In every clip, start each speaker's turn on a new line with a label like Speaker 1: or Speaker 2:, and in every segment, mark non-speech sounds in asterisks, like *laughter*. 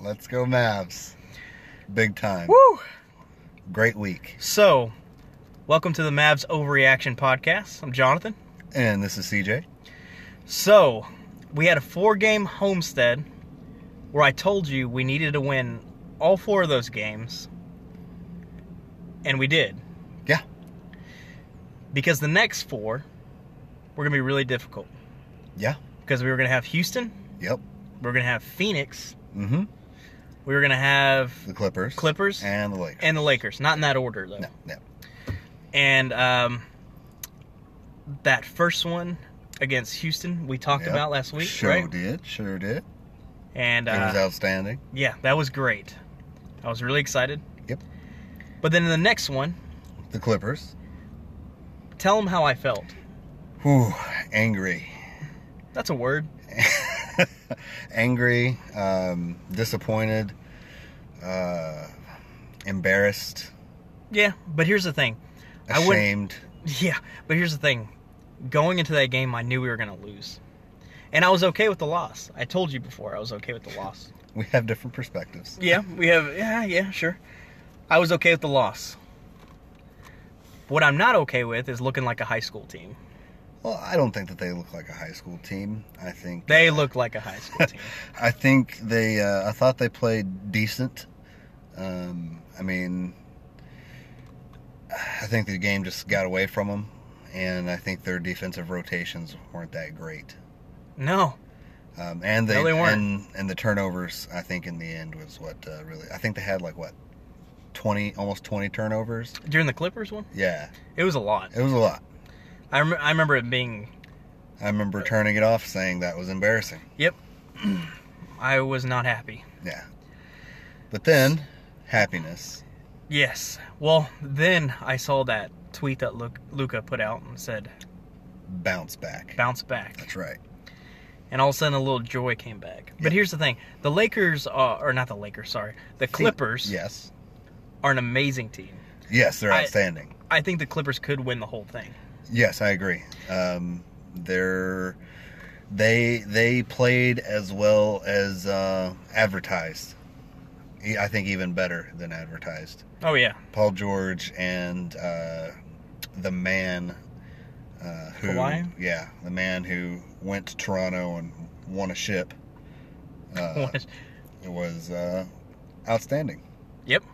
Speaker 1: Let's go Mavs. Big time.
Speaker 2: Woo!
Speaker 1: Great week.
Speaker 2: So, welcome to the Mavs Overreaction Podcast. I'm Jonathan.
Speaker 1: And this is CJ.
Speaker 2: So, we had a four game homestead where I told you we needed to win all four of those games, and we did.
Speaker 1: Yeah.
Speaker 2: Because the next four were going to be really difficult
Speaker 1: Yeah.
Speaker 2: because we were going to have Houston,
Speaker 1: Yep.
Speaker 2: we were going to have Phoenix,
Speaker 1: Mm-hmm.
Speaker 2: we were going to have
Speaker 1: The Clippers.
Speaker 2: Clippers
Speaker 1: And the Lakers.
Speaker 2: and the Lakers. Not in that order, though.
Speaker 1: no, no.
Speaker 2: And um, that first one against Houston, we talked
Speaker 1: Yep.
Speaker 2: about last week,
Speaker 1: Sure
Speaker 2: right?
Speaker 1: did. Sure did.
Speaker 2: And
Speaker 1: it
Speaker 2: uh,
Speaker 1: was outstanding.
Speaker 2: yeah, that was great. I was really excited.
Speaker 1: Yep.
Speaker 2: But then in the next one,
Speaker 1: The Clippers.
Speaker 2: tell them how I felt.
Speaker 1: Whew. Angry. *laughs*
Speaker 2: That's a word.
Speaker 1: Angry. Um, disappointed. Uh, embarrassed.
Speaker 2: Yeah, but here's the thing. *laughs* I wouldn't-
Speaker 1: Ashamed.
Speaker 2: Yeah, but here's the thing. Going into that game, I knew we were going to lose. And I was okay with the loss. I told you before I was okay with the loss.
Speaker 1: We have different perspectives.
Speaker 2: Yeah, we have. Yeah, yeah, sure. I was okay with the loss. What I'm not okay with is looking like a high school team.
Speaker 1: Well, I don't think that they look like a high school team. I think
Speaker 2: They look like a
Speaker 1: *laughs*
Speaker 2: high school team.
Speaker 1: I think they. Uh, I thought they played decent. Um, I mean, I think the game just got away from them, and I think their defensive rotations weren't that great.
Speaker 2: No,
Speaker 1: Um, and they,
Speaker 2: No, they weren't.
Speaker 1: and, and the turnovers, I think, in the end was what uh, really. I think they had like what twenty, almost twenty turnovers.
Speaker 2: during the Clippers one,
Speaker 1: Yeah,
Speaker 2: it was a lot.
Speaker 1: it was a lot.
Speaker 2: I, rem- I remember it being.
Speaker 1: I remember turning it off, saying that was embarrassing.
Speaker 2: Yep, I was not happy.
Speaker 1: Yeah, but then happiness.
Speaker 2: Yes. Well, then I saw that tweet that Luke, Luca put out and said,
Speaker 1: bounce back.
Speaker 2: "Bounce back."
Speaker 1: That's right.
Speaker 2: and all of a sudden a little joy came back.
Speaker 1: Yeah.
Speaker 2: But here's the thing: the Lakers are, or not the Lakers, sorry, the Clippers
Speaker 1: Yes.
Speaker 2: are an amazing team.
Speaker 1: Yes, they're
Speaker 2: I-
Speaker 1: outstanding.
Speaker 2: I think the Clippers could win the whole thing.
Speaker 1: yes, I agree. Um, they're they they played as well as uh, advertised. E- I think even better than advertised.
Speaker 2: Oh yeah,
Speaker 1: Paul George and uh, the man uh, who
Speaker 2: Kawhi?
Speaker 1: yeah the man who went to Toronto and won a ship
Speaker 2: *laughs*
Speaker 1: uh, was uh, outstanding.
Speaker 2: yep.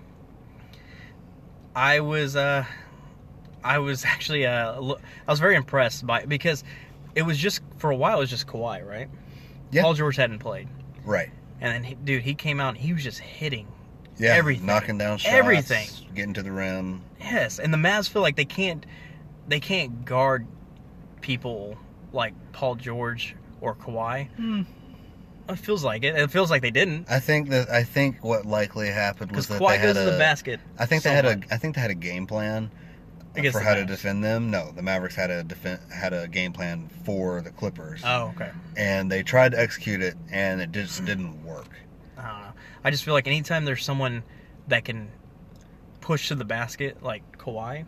Speaker 2: I was, uh, I was *laughs* actually, uh, lo- I was very impressed by because it was just for a while it was just Kawhi, right?
Speaker 1: Yeah.
Speaker 2: Paul George hadn't played,
Speaker 1: Right.
Speaker 2: and then he, dude, he came out and he was just hitting.
Speaker 1: Yeah.
Speaker 2: Everything.
Speaker 1: Knocking down shots.
Speaker 2: Everything.
Speaker 1: Getting to the rim.
Speaker 2: Yes, and the Mavs feel like they can't, they can't guard people like Paul George or Kawhi.
Speaker 1: Hmm.
Speaker 2: It feels like it. It feels like they didn't
Speaker 1: I think that I think what likely happened was that
Speaker 2: because
Speaker 1: they
Speaker 2: Kawhi
Speaker 1: had
Speaker 2: goes to
Speaker 1: a.
Speaker 2: the basket.
Speaker 1: I think they had
Speaker 2: so
Speaker 1: a.
Speaker 2: much.
Speaker 1: I think they had a game plan
Speaker 2: Against
Speaker 1: for
Speaker 2: the
Speaker 1: how to
Speaker 2: Mavs.
Speaker 1: defend them. No, the Mavericks had a defend had a game plan for the Clippers,
Speaker 2: Oh, okay.
Speaker 1: and they tried to execute it, and it just didn't work.
Speaker 2: I don't know. I just feel like anytime there's someone that can push to the basket like Kawhi,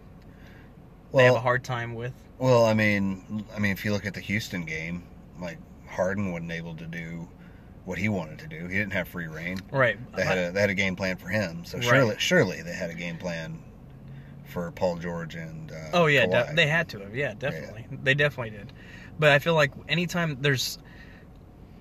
Speaker 2: they have a
Speaker 1: Well,
Speaker 2: hard time with.
Speaker 1: well, I mean, I mean, if you look at the Houston game, like Harden wasn't able to do what he wanted to do. He didn't have free reign.
Speaker 2: Right.
Speaker 1: They had a they had a game plan for him. So
Speaker 2: Right.
Speaker 1: surely surely they had a game plan for Paul George and uh,
Speaker 2: oh yeah,
Speaker 1: Kawhi.
Speaker 2: de- they had to have. Yeah, definitely. They definitely did. But I feel like anytime there's,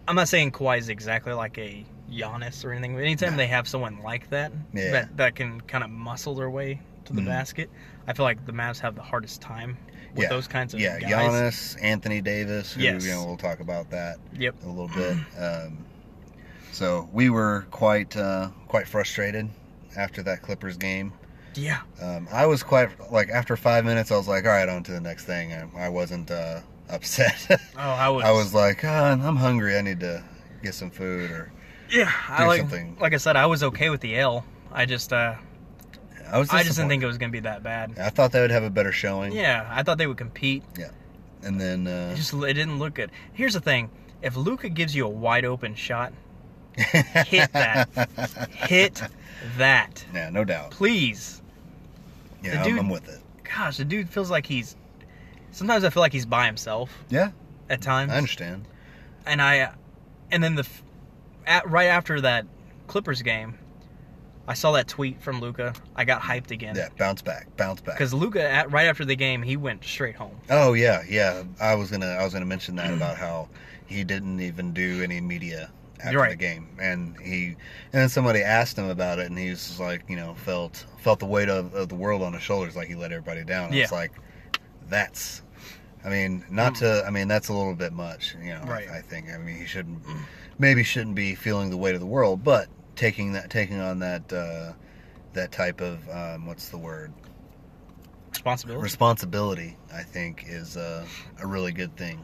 Speaker 2: I'm not saying Kawhi is exactly like a Giannis or anything. But anytime
Speaker 1: No.
Speaker 2: they have someone like that
Speaker 1: Yeah.
Speaker 2: that that can kind of muscle their way to the
Speaker 1: Mhm.
Speaker 2: basket, I feel like the Mavs have the hardest time with
Speaker 1: Yeah.
Speaker 2: those kinds of
Speaker 1: yeah,
Speaker 2: guys.
Speaker 1: Giannis, Anthony Davis. Who,
Speaker 2: Yes. Mm.
Speaker 1: you know we'll talk about that
Speaker 2: Yep.
Speaker 1: a little bit. Um, so we were quite uh, quite frustrated after that Clippers game.
Speaker 2: Yeah.
Speaker 1: Um, I was quite like after five minutes, I was like, all right, on to the next thing. I, I wasn't uh, *laughs* upset.
Speaker 2: Oh, I was.
Speaker 1: I was like, "Ah, I'm hungry. I need to get some food or
Speaker 2: Yeah, I
Speaker 1: do
Speaker 2: like,
Speaker 1: something.
Speaker 2: like I said, I was okay with the L. I just, uh,
Speaker 1: I was.
Speaker 2: I just didn't
Speaker 1: disappointed.
Speaker 2: think it was gonna be that bad.
Speaker 1: I thought they would have a better showing.
Speaker 2: Yeah, I thought they would compete.
Speaker 1: And then
Speaker 2: It
Speaker 1: uh, *laughs*
Speaker 2: just it didn't look good. Here's the thing: if Luca gives you a wide open shot,
Speaker 1: hit
Speaker 2: that.
Speaker 1: *laughs*
Speaker 2: hit that,
Speaker 1: Yeah, no doubt.
Speaker 2: please.
Speaker 1: Yeah,
Speaker 2: The
Speaker 1: I'm,
Speaker 2: dude-
Speaker 1: I'm with it.
Speaker 2: Gosh, the dude feels like he's Sometimes I feel like he's by himself
Speaker 1: Yeah,
Speaker 2: at times.
Speaker 1: I understand.
Speaker 2: and I, and then the, f- at, right after that Clippers game, I saw that tweet from Luca. I got hyped again.
Speaker 1: Yeah, bounce back, bounce back.
Speaker 2: Because Luca, at, right after the game, he went straight home.
Speaker 1: Oh yeah, yeah. I was gonna I was gonna mention that about how he didn't even do any media after
Speaker 2: Right.
Speaker 1: the game, and he and then somebody asked him about it, and he was just like, you know, felt felt the weight of, of the world on his shoulders, like he let everybody down. It's
Speaker 2: Yeah.
Speaker 1: like that's. I mean, not
Speaker 2: Mm.
Speaker 1: to. I mean, that's a little bit much, you know. I-
Speaker 2: Right.
Speaker 1: I, think. I mean, he shouldn't, maybe shouldn't be feeling the weight of the world, but taking that, taking on that, uh, that type of um, what's the word?
Speaker 2: Responsibility.
Speaker 1: responsibility i think is a, a really good thing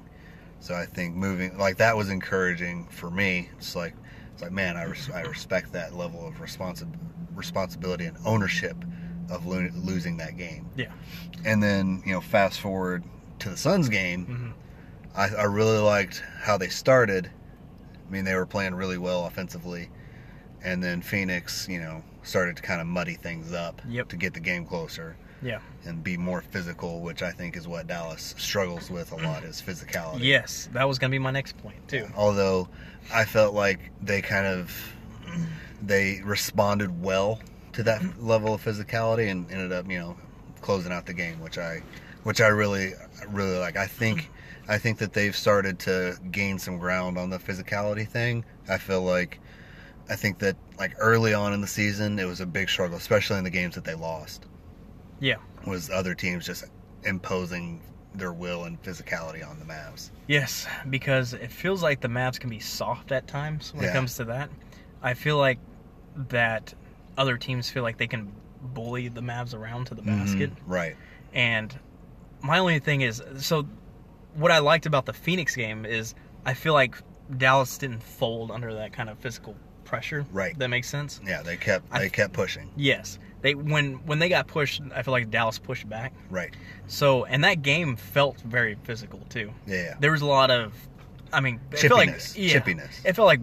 Speaker 1: so i think moving like that was encouraging for me it's like it's like man i, res- I respect that level of responsi- responsibility and ownership of lo- losing that game
Speaker 2: Yeah.
Speaker 1: and then you know fast forward to the suns game
Speaker 2: Mhm.
Speaker 1: I, I really liked how they started i mean they were playing really well offensively and then phoenix you know started to kind of muddy things up
Speaker 2: Yep.
Speaker 1: to get the game closer
Speaker 2: Yeah.
Speaker 1: and be more physical, which I think is what Dallas struggles with a lot is physicality.
Speaker 2: Yes, that was gonna be my next point too.
Speaker 1: Although I felt like they kind of they responded well to that level of physicality and ended up, you know, closing out the game, which I which I really really like. I think I think that they've started to gain some ground on the physicality thing. I feel like I think that like early on in the season it was a big struggle, especially in the games that they lost
Speaker 2: Yeah.
Speaker 1: was other teams just imposing their will and physicality on the Mavs.
Speaker 2: Yes, because it feels like the Mavs can be soft at times when
Speaker 1: Yeah.
Speaker 2: it comes to that. I feel like that other teams feel like they can bully the Mavs around to the basket.
Speaker 1: Mhm. Right.
Speaker 2: And my only thing is so what I liked about the Phoenix game is I feel like Dallas didn't fold under that kind of physical pressure.
Speaker 1: Right.
Speaker 2: That makes sense?
Speaker 1: Yeah, they kept
Speaker 2: I
Speaker 1: they
Speaker 2: th-
Speaker 1: kept pushing.
Speaker 2: Yes. They when when they got pushed, I feel like Dallas pushed back.
Speaker 1: Right.
Speaker 2: So, and that game felt very physical too
Speaker 1: Yeah.
Speaker 2: there was a lot of I mean it felt like
Speaker 1: Chippiness.
Speaker 2: yeah,
Speaker 1: Chippiness.
Speaker 2: It felt like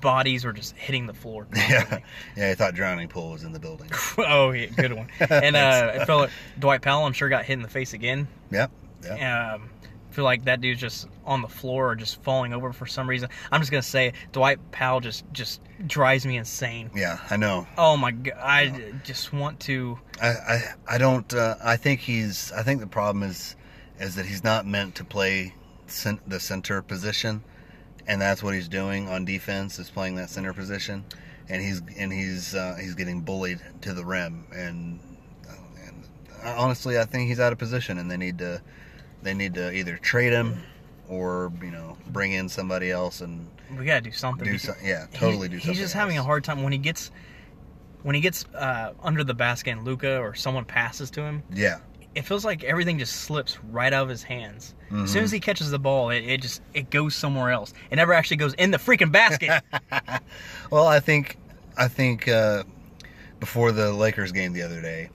Speaker 2: bodies were just hitting the floor.
Speaker 1: Yeah. *laughs* Yeah.
Speaker 2: constantly.
Speaker 1: yeah, I thought drowning pool was in the building.
Speaker 2: *laughs* oh yeah,
Speaker 1: *laughs*
Speaker 2: good one. And uh it felt like Dwight Powell I'm sure got hit in the face again.
Speaker 1: Yep. Yep.
Speaker 2: Um I feel like that dude's just on the floor or just falling over for some reason. I'm just gonna say Dwight Powell just just drives me insane.
Speaker 1: Yeah, I know.
Speaker 2: Oh my god, I just want to.
Speaker 1: I I, I don't uh, I think he's I think the problem is is that he's not meant to play cen- the center position and that's what he's doing on defense is playing that center position and he's and he's uh, he's getting bullied to the rim and, and I- honestly I think he's out of position and they need to they need to either trade him or you know bring in somebody else and
Speaker 2: We gotta do something.
Speaker 1: do
Speaker 2: because-
Speaker 1: something yeah
Speaker 2: He-
Speaker 1: totally do something
Speaker 2: He's just having a
Speaker 1: else.
Speaker 2: hard time when he gets when he gets uh, under the basket and Luca or someone passes to him.
Speaker 1: yeah
Speaker 2: It feels like everything just slips right out of his hands. As soon
Speaker 1: Mhm.
Speaker 2: as he catches the ball, it, it just it goes somewhere else. It never actually goes in the
Speaker 1: *laughs*
Speaker 2: freaking basket.
Speaker 1: well, I think I think uh, before the Lakers game the other day,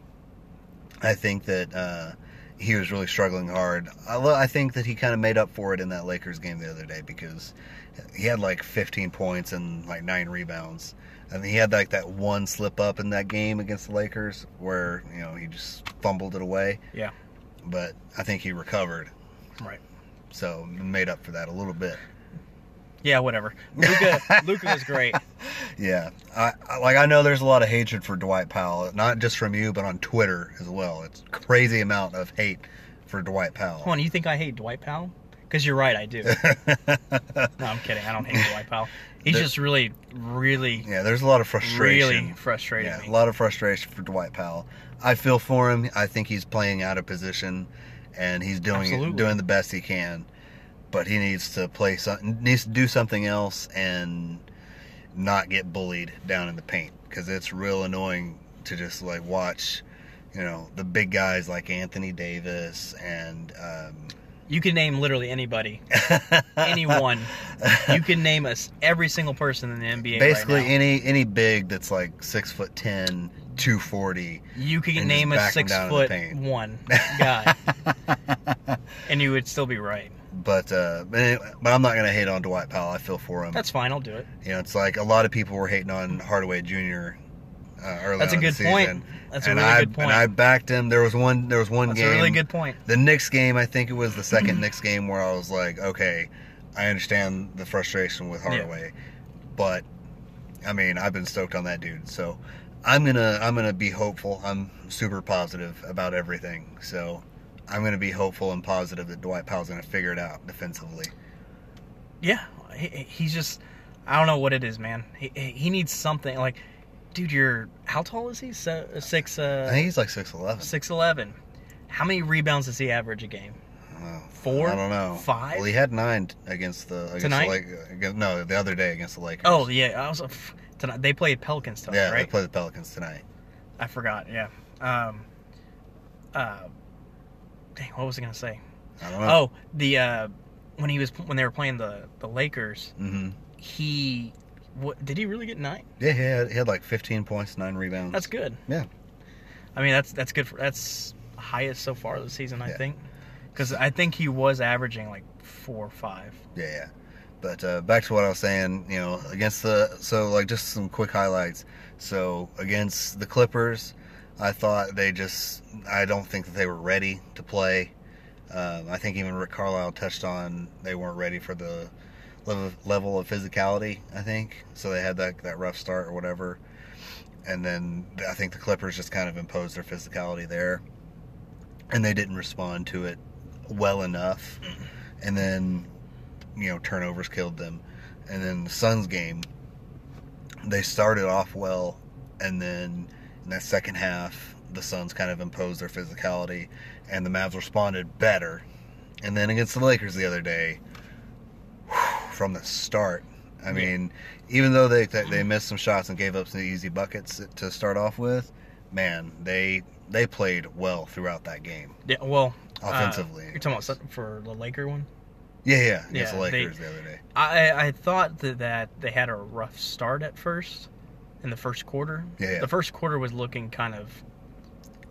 Speaker 1: I think that uh, he was really struggling hard. I, lo- I think that he kind of made up for it in that Lakers game the other day because he had like 15 points and like nine rebounds, and he had like that one slip up in that game against the Lakers where you know he just fumbled it away.
Speaker 2: yeah,
Speaker 1: But I think he recovered,
Speaker 2: right.
Speaker 1: so made up for that a little bit.
Speaker 2: Yeah, whatever.
Speaker 1: *laughs*
Speaker 2: Luca Luca was great.
Speaker 1: Yeah, I, I like I know there's a lot of hatred for Dwight Powell, not just from you, but on Twitter as well. It's crazy amount of hate for Dwight Powell.
Speaker 2: Come on, you think I hate Dwight Powell? Because you're right, I do. No, I'm kidding. I don't hate Dwight Powell. He's
Speaker 1: The-
Speaker 2: just really, really,
Speaker 1: *laughs* yeah, there's a lot of
Speaker 2: really
Speaker 1: frustration.
Speaker 2: frustrating.
Speaker 1: yeah,
Speaker 2: me.
Speaker 1: a lot of frustration for Dwight Powell. I feel for him. I think he's playing out of position, and he's doing
Speaker 2: Absolutely.
Speaker 1: doing the best he can. But he needs to play some, needs to do something else and not get bullied down in the paint because it's real annoying to just like watch, you know, the big guys like Anthony Davis and
Speaker 2: *laughs*
Speaker 1: um,
Speaker 2: You can name literally anybody,
Speaker 1: *laughs*
Speaker 2: anyone. you can name us every single person in the NBA.
Speaker 1: basically
Speaker 2: right now.
Speaker 1: any any big that's like six foot ten, two forty.
Speaker 2: you could
Speaker 1: and
Speaker 2: name
Speaker 1: just back
Speaker 2: a
Speaker 1: 'em
Speaker 2: six
Speaker 1: down in the
Speaker 2: foot
Speaker 1: paint. *laughs*
Speaker 2: one guy, and you would still be right.
Speaker 1: But uh, but anyway- but I'm not gonna hate on Dwight Powell. I feel for him.
Speaker 2: That's fine. I'll do it.
Speaker 1: You know, it's like a lot of people were hating on Hardaway Jr. uh, early.
Speaker 2: That's
Speaker 1: on
Speaker 2: a
Speaker 1: in
Speaker 2: good
Speaker 1: the
Speaker 2: point.
Speaker 1: season.
Speaker 2: That's a
Speaker 1: And
Speaker 2: really
Speaker 1: I,
Speaker 2: good point.
Speaker 1: And I backed him. There was one. There was one
Speaker 2: That's
Speaker 1: game.
Speaker 2: a really good point.
Speaker 1: The Knicks game, I think it was the
Speaker 2: *clears throat*
Speaker 1: second Knicks game where I was like, okay, I understand the frustration with
Speaker 2: Yeah.
Speaker 1: Hardaway, but I mean, I've been stoked on that dude. So I'm gonna I'm gonna be hopeful. I'm super positive about everything. So I'm gonna be hopeful and positive that Dwight Powell's gonna figure it out defensively.
Speaker 2: Yeah, he, he's just I don't know what it is, man. He, he needs something like, dude, you're how tall is he? So, six uh,
Speaker 1: I think he's like six eleven.
Speaker 2: six eleven. How many rebounds does he average a game? Four?
Speaker 1: I don't know.
Speaker 2: Five?
Speaker 1: Well, he had nine against the against
Speaker 2: Tonight?
Speaker 1: The Lake, against, no, the other day against the Lakers.
Speaker 2: Oh yeah, I was pff, tonight. They played Pelicans tonight,
Speaker 1: yeah, they
Speaker 2: right?
Speaker 1: play the Pelicans tonight.
Speaker 2: I forgot. Yeah. Um. Uh. Dang, what was I gonna say?
Speaker 1: I don't know.
Speaker 2: Oh, the uh, when he was when they were playing the the Lakers,
Speaker 1: hmm
Speaker 2: he what did he really get nine?
Speaker 1: Yeah, he had, he had like 15 points, nine rebounds.
Speaker 2: That's good.
Speaker 1: Yeah.
Speaker 2: I mean, that's that's good for that's highest so far this season, I
Speaker 1: Yeah.
Speaker 2: think. Because I think he was averaging like four or five.
Speaker 1: Yeah, yeah. But uh, back to what I was saying, you know, against the so like just some quick highlights. So against the Clippers, I thought they just I don't think that they were ready to play. Um, I think even Rick Carlisle touched on they weren't ready for the level, level of physicality. I think so they had that that rough start or whatever, and then I think the Clippers just kind of imposed their physicality there, and they didn't respond to it well enough.
Speaker 2: Mm-hmm.
Speaker 1: And then you know turnovers killed them and then the suns game they started off well and then in that second half the suns kind of imposed their physicality and the mavs responded better and then against the lakers the other day from the start i
Speaker 2: Yeah. Mm-hmm.
Speaker 1: mean even though they they they missed some shots and gave up some easy buckets to start off with man they they played well throughout that game
Speaker 2: Yeah. Well, uh,
Speaker 1: offensively
Speaker 2: you're talking about something for the Laker one.
Speaker 1: yeah yeah against
Speaker 2: Yeah,
Speaker 1: the
Speaker 2: they-
Speaker 1: lakers the other day
Speaker 2: I I thought that, that they had a rough start at first, in the first quarter.
Speaker 1: Yeah, yeah.
Speaker 2: The first quarter was looking kind of,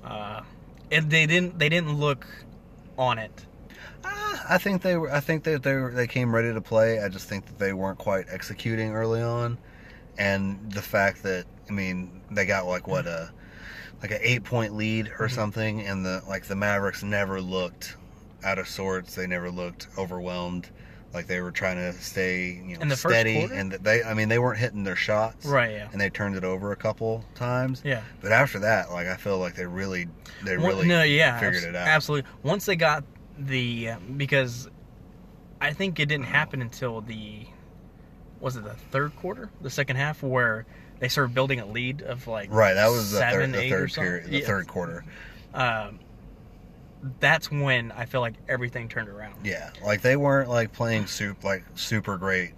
Speaker 2: uh, and they didn't they didn't look on it.
Speaker 1: Uh, I think they were. I think that they were, they came ready to play. I just think that they weren't quite executing early on, and the fact that I mean they got like what a like an eight point lead or
Speaker 2: Mhm.
Speaker 1: something, and the like the Mavericks never looked out of sorts. They never looked overwhelmed. Like they were trying to stay you know
Speaker 2: In the first
Speaker 1: steady,
Speaker 2: quarter?
Speaker 1: and they I mean they weren't hitting their shots.
Speaker 2: Right. Yeah.
Speaker 1: And they turned it over a couple times,
Speaker 2: Yeah.
Speaker 1: but after that, like I feel like they really, they
Speaker 2: One-
Speaker 1: really,
Speaker 2: no, yeah,
Speaker 1: figured
Speaker 2: abs-
Speaker 1: it out.
Speaker 2: Absolutely. Once they got the um, because I think it didn't happen until the was it the third quarter, the second half, where they started building a lead of like
Speaker 1: right. That was the
Speaker 2: seven,
Speaker 1: third, the
Speaker 2: eight or
Speaker 1: third
Speaker 2: something.
Speaker 1: period, the
Speaker 2: Yeah.
Speaker 1: third quarter.
Speaker 2: Um, that's when I feel like everything turned around.
Speaker 1: Yeah, like they weren't like playing soup like super great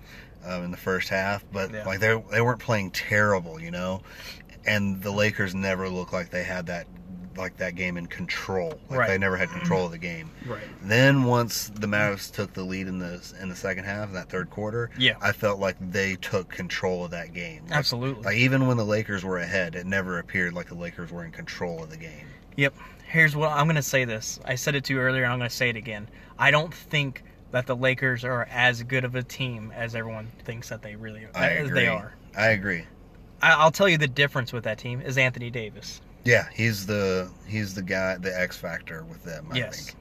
Speaker 1: um, in the first half, but
Speaker 2: Yeah.
Speaker 1: like they they weren't playing terrible, you know. And the Lakers never looked like they had that like that game in control. Like
Speaker 2: Right.
Speaker 1: they never had control of the game.
Speaker 2: Right.
Speaker 1: Then once the Mavs took the lead in the in the second half, in that third quarter,
Speaker 2: Yeah.
Speaker 1: I felt like they took control of that game. Like,
Speaker 2: Absolutely.
Speaker 1: Like even when the Lakers were ahead, it never appeared like the Lakers were in control of the game.
Speaker 2: Yep. Here's what I'm going to say this. I said it to you earlier and I'm going to say it again. I don't think that the Lakers are as good of a team as everyone thinks that they really are.
Speaker 1: I
Speaker 2: as
Speaker 1: agree.
Speaker 2: They are.
Speaker 1: I agree.
Speaker 2: I, I'll tell you the difference with that team is Anthony Davis.
Speaker 1: Yeah, he's the he's the guy, the X factor with them. I
Speaker 2: yes,
Speaker 1: think.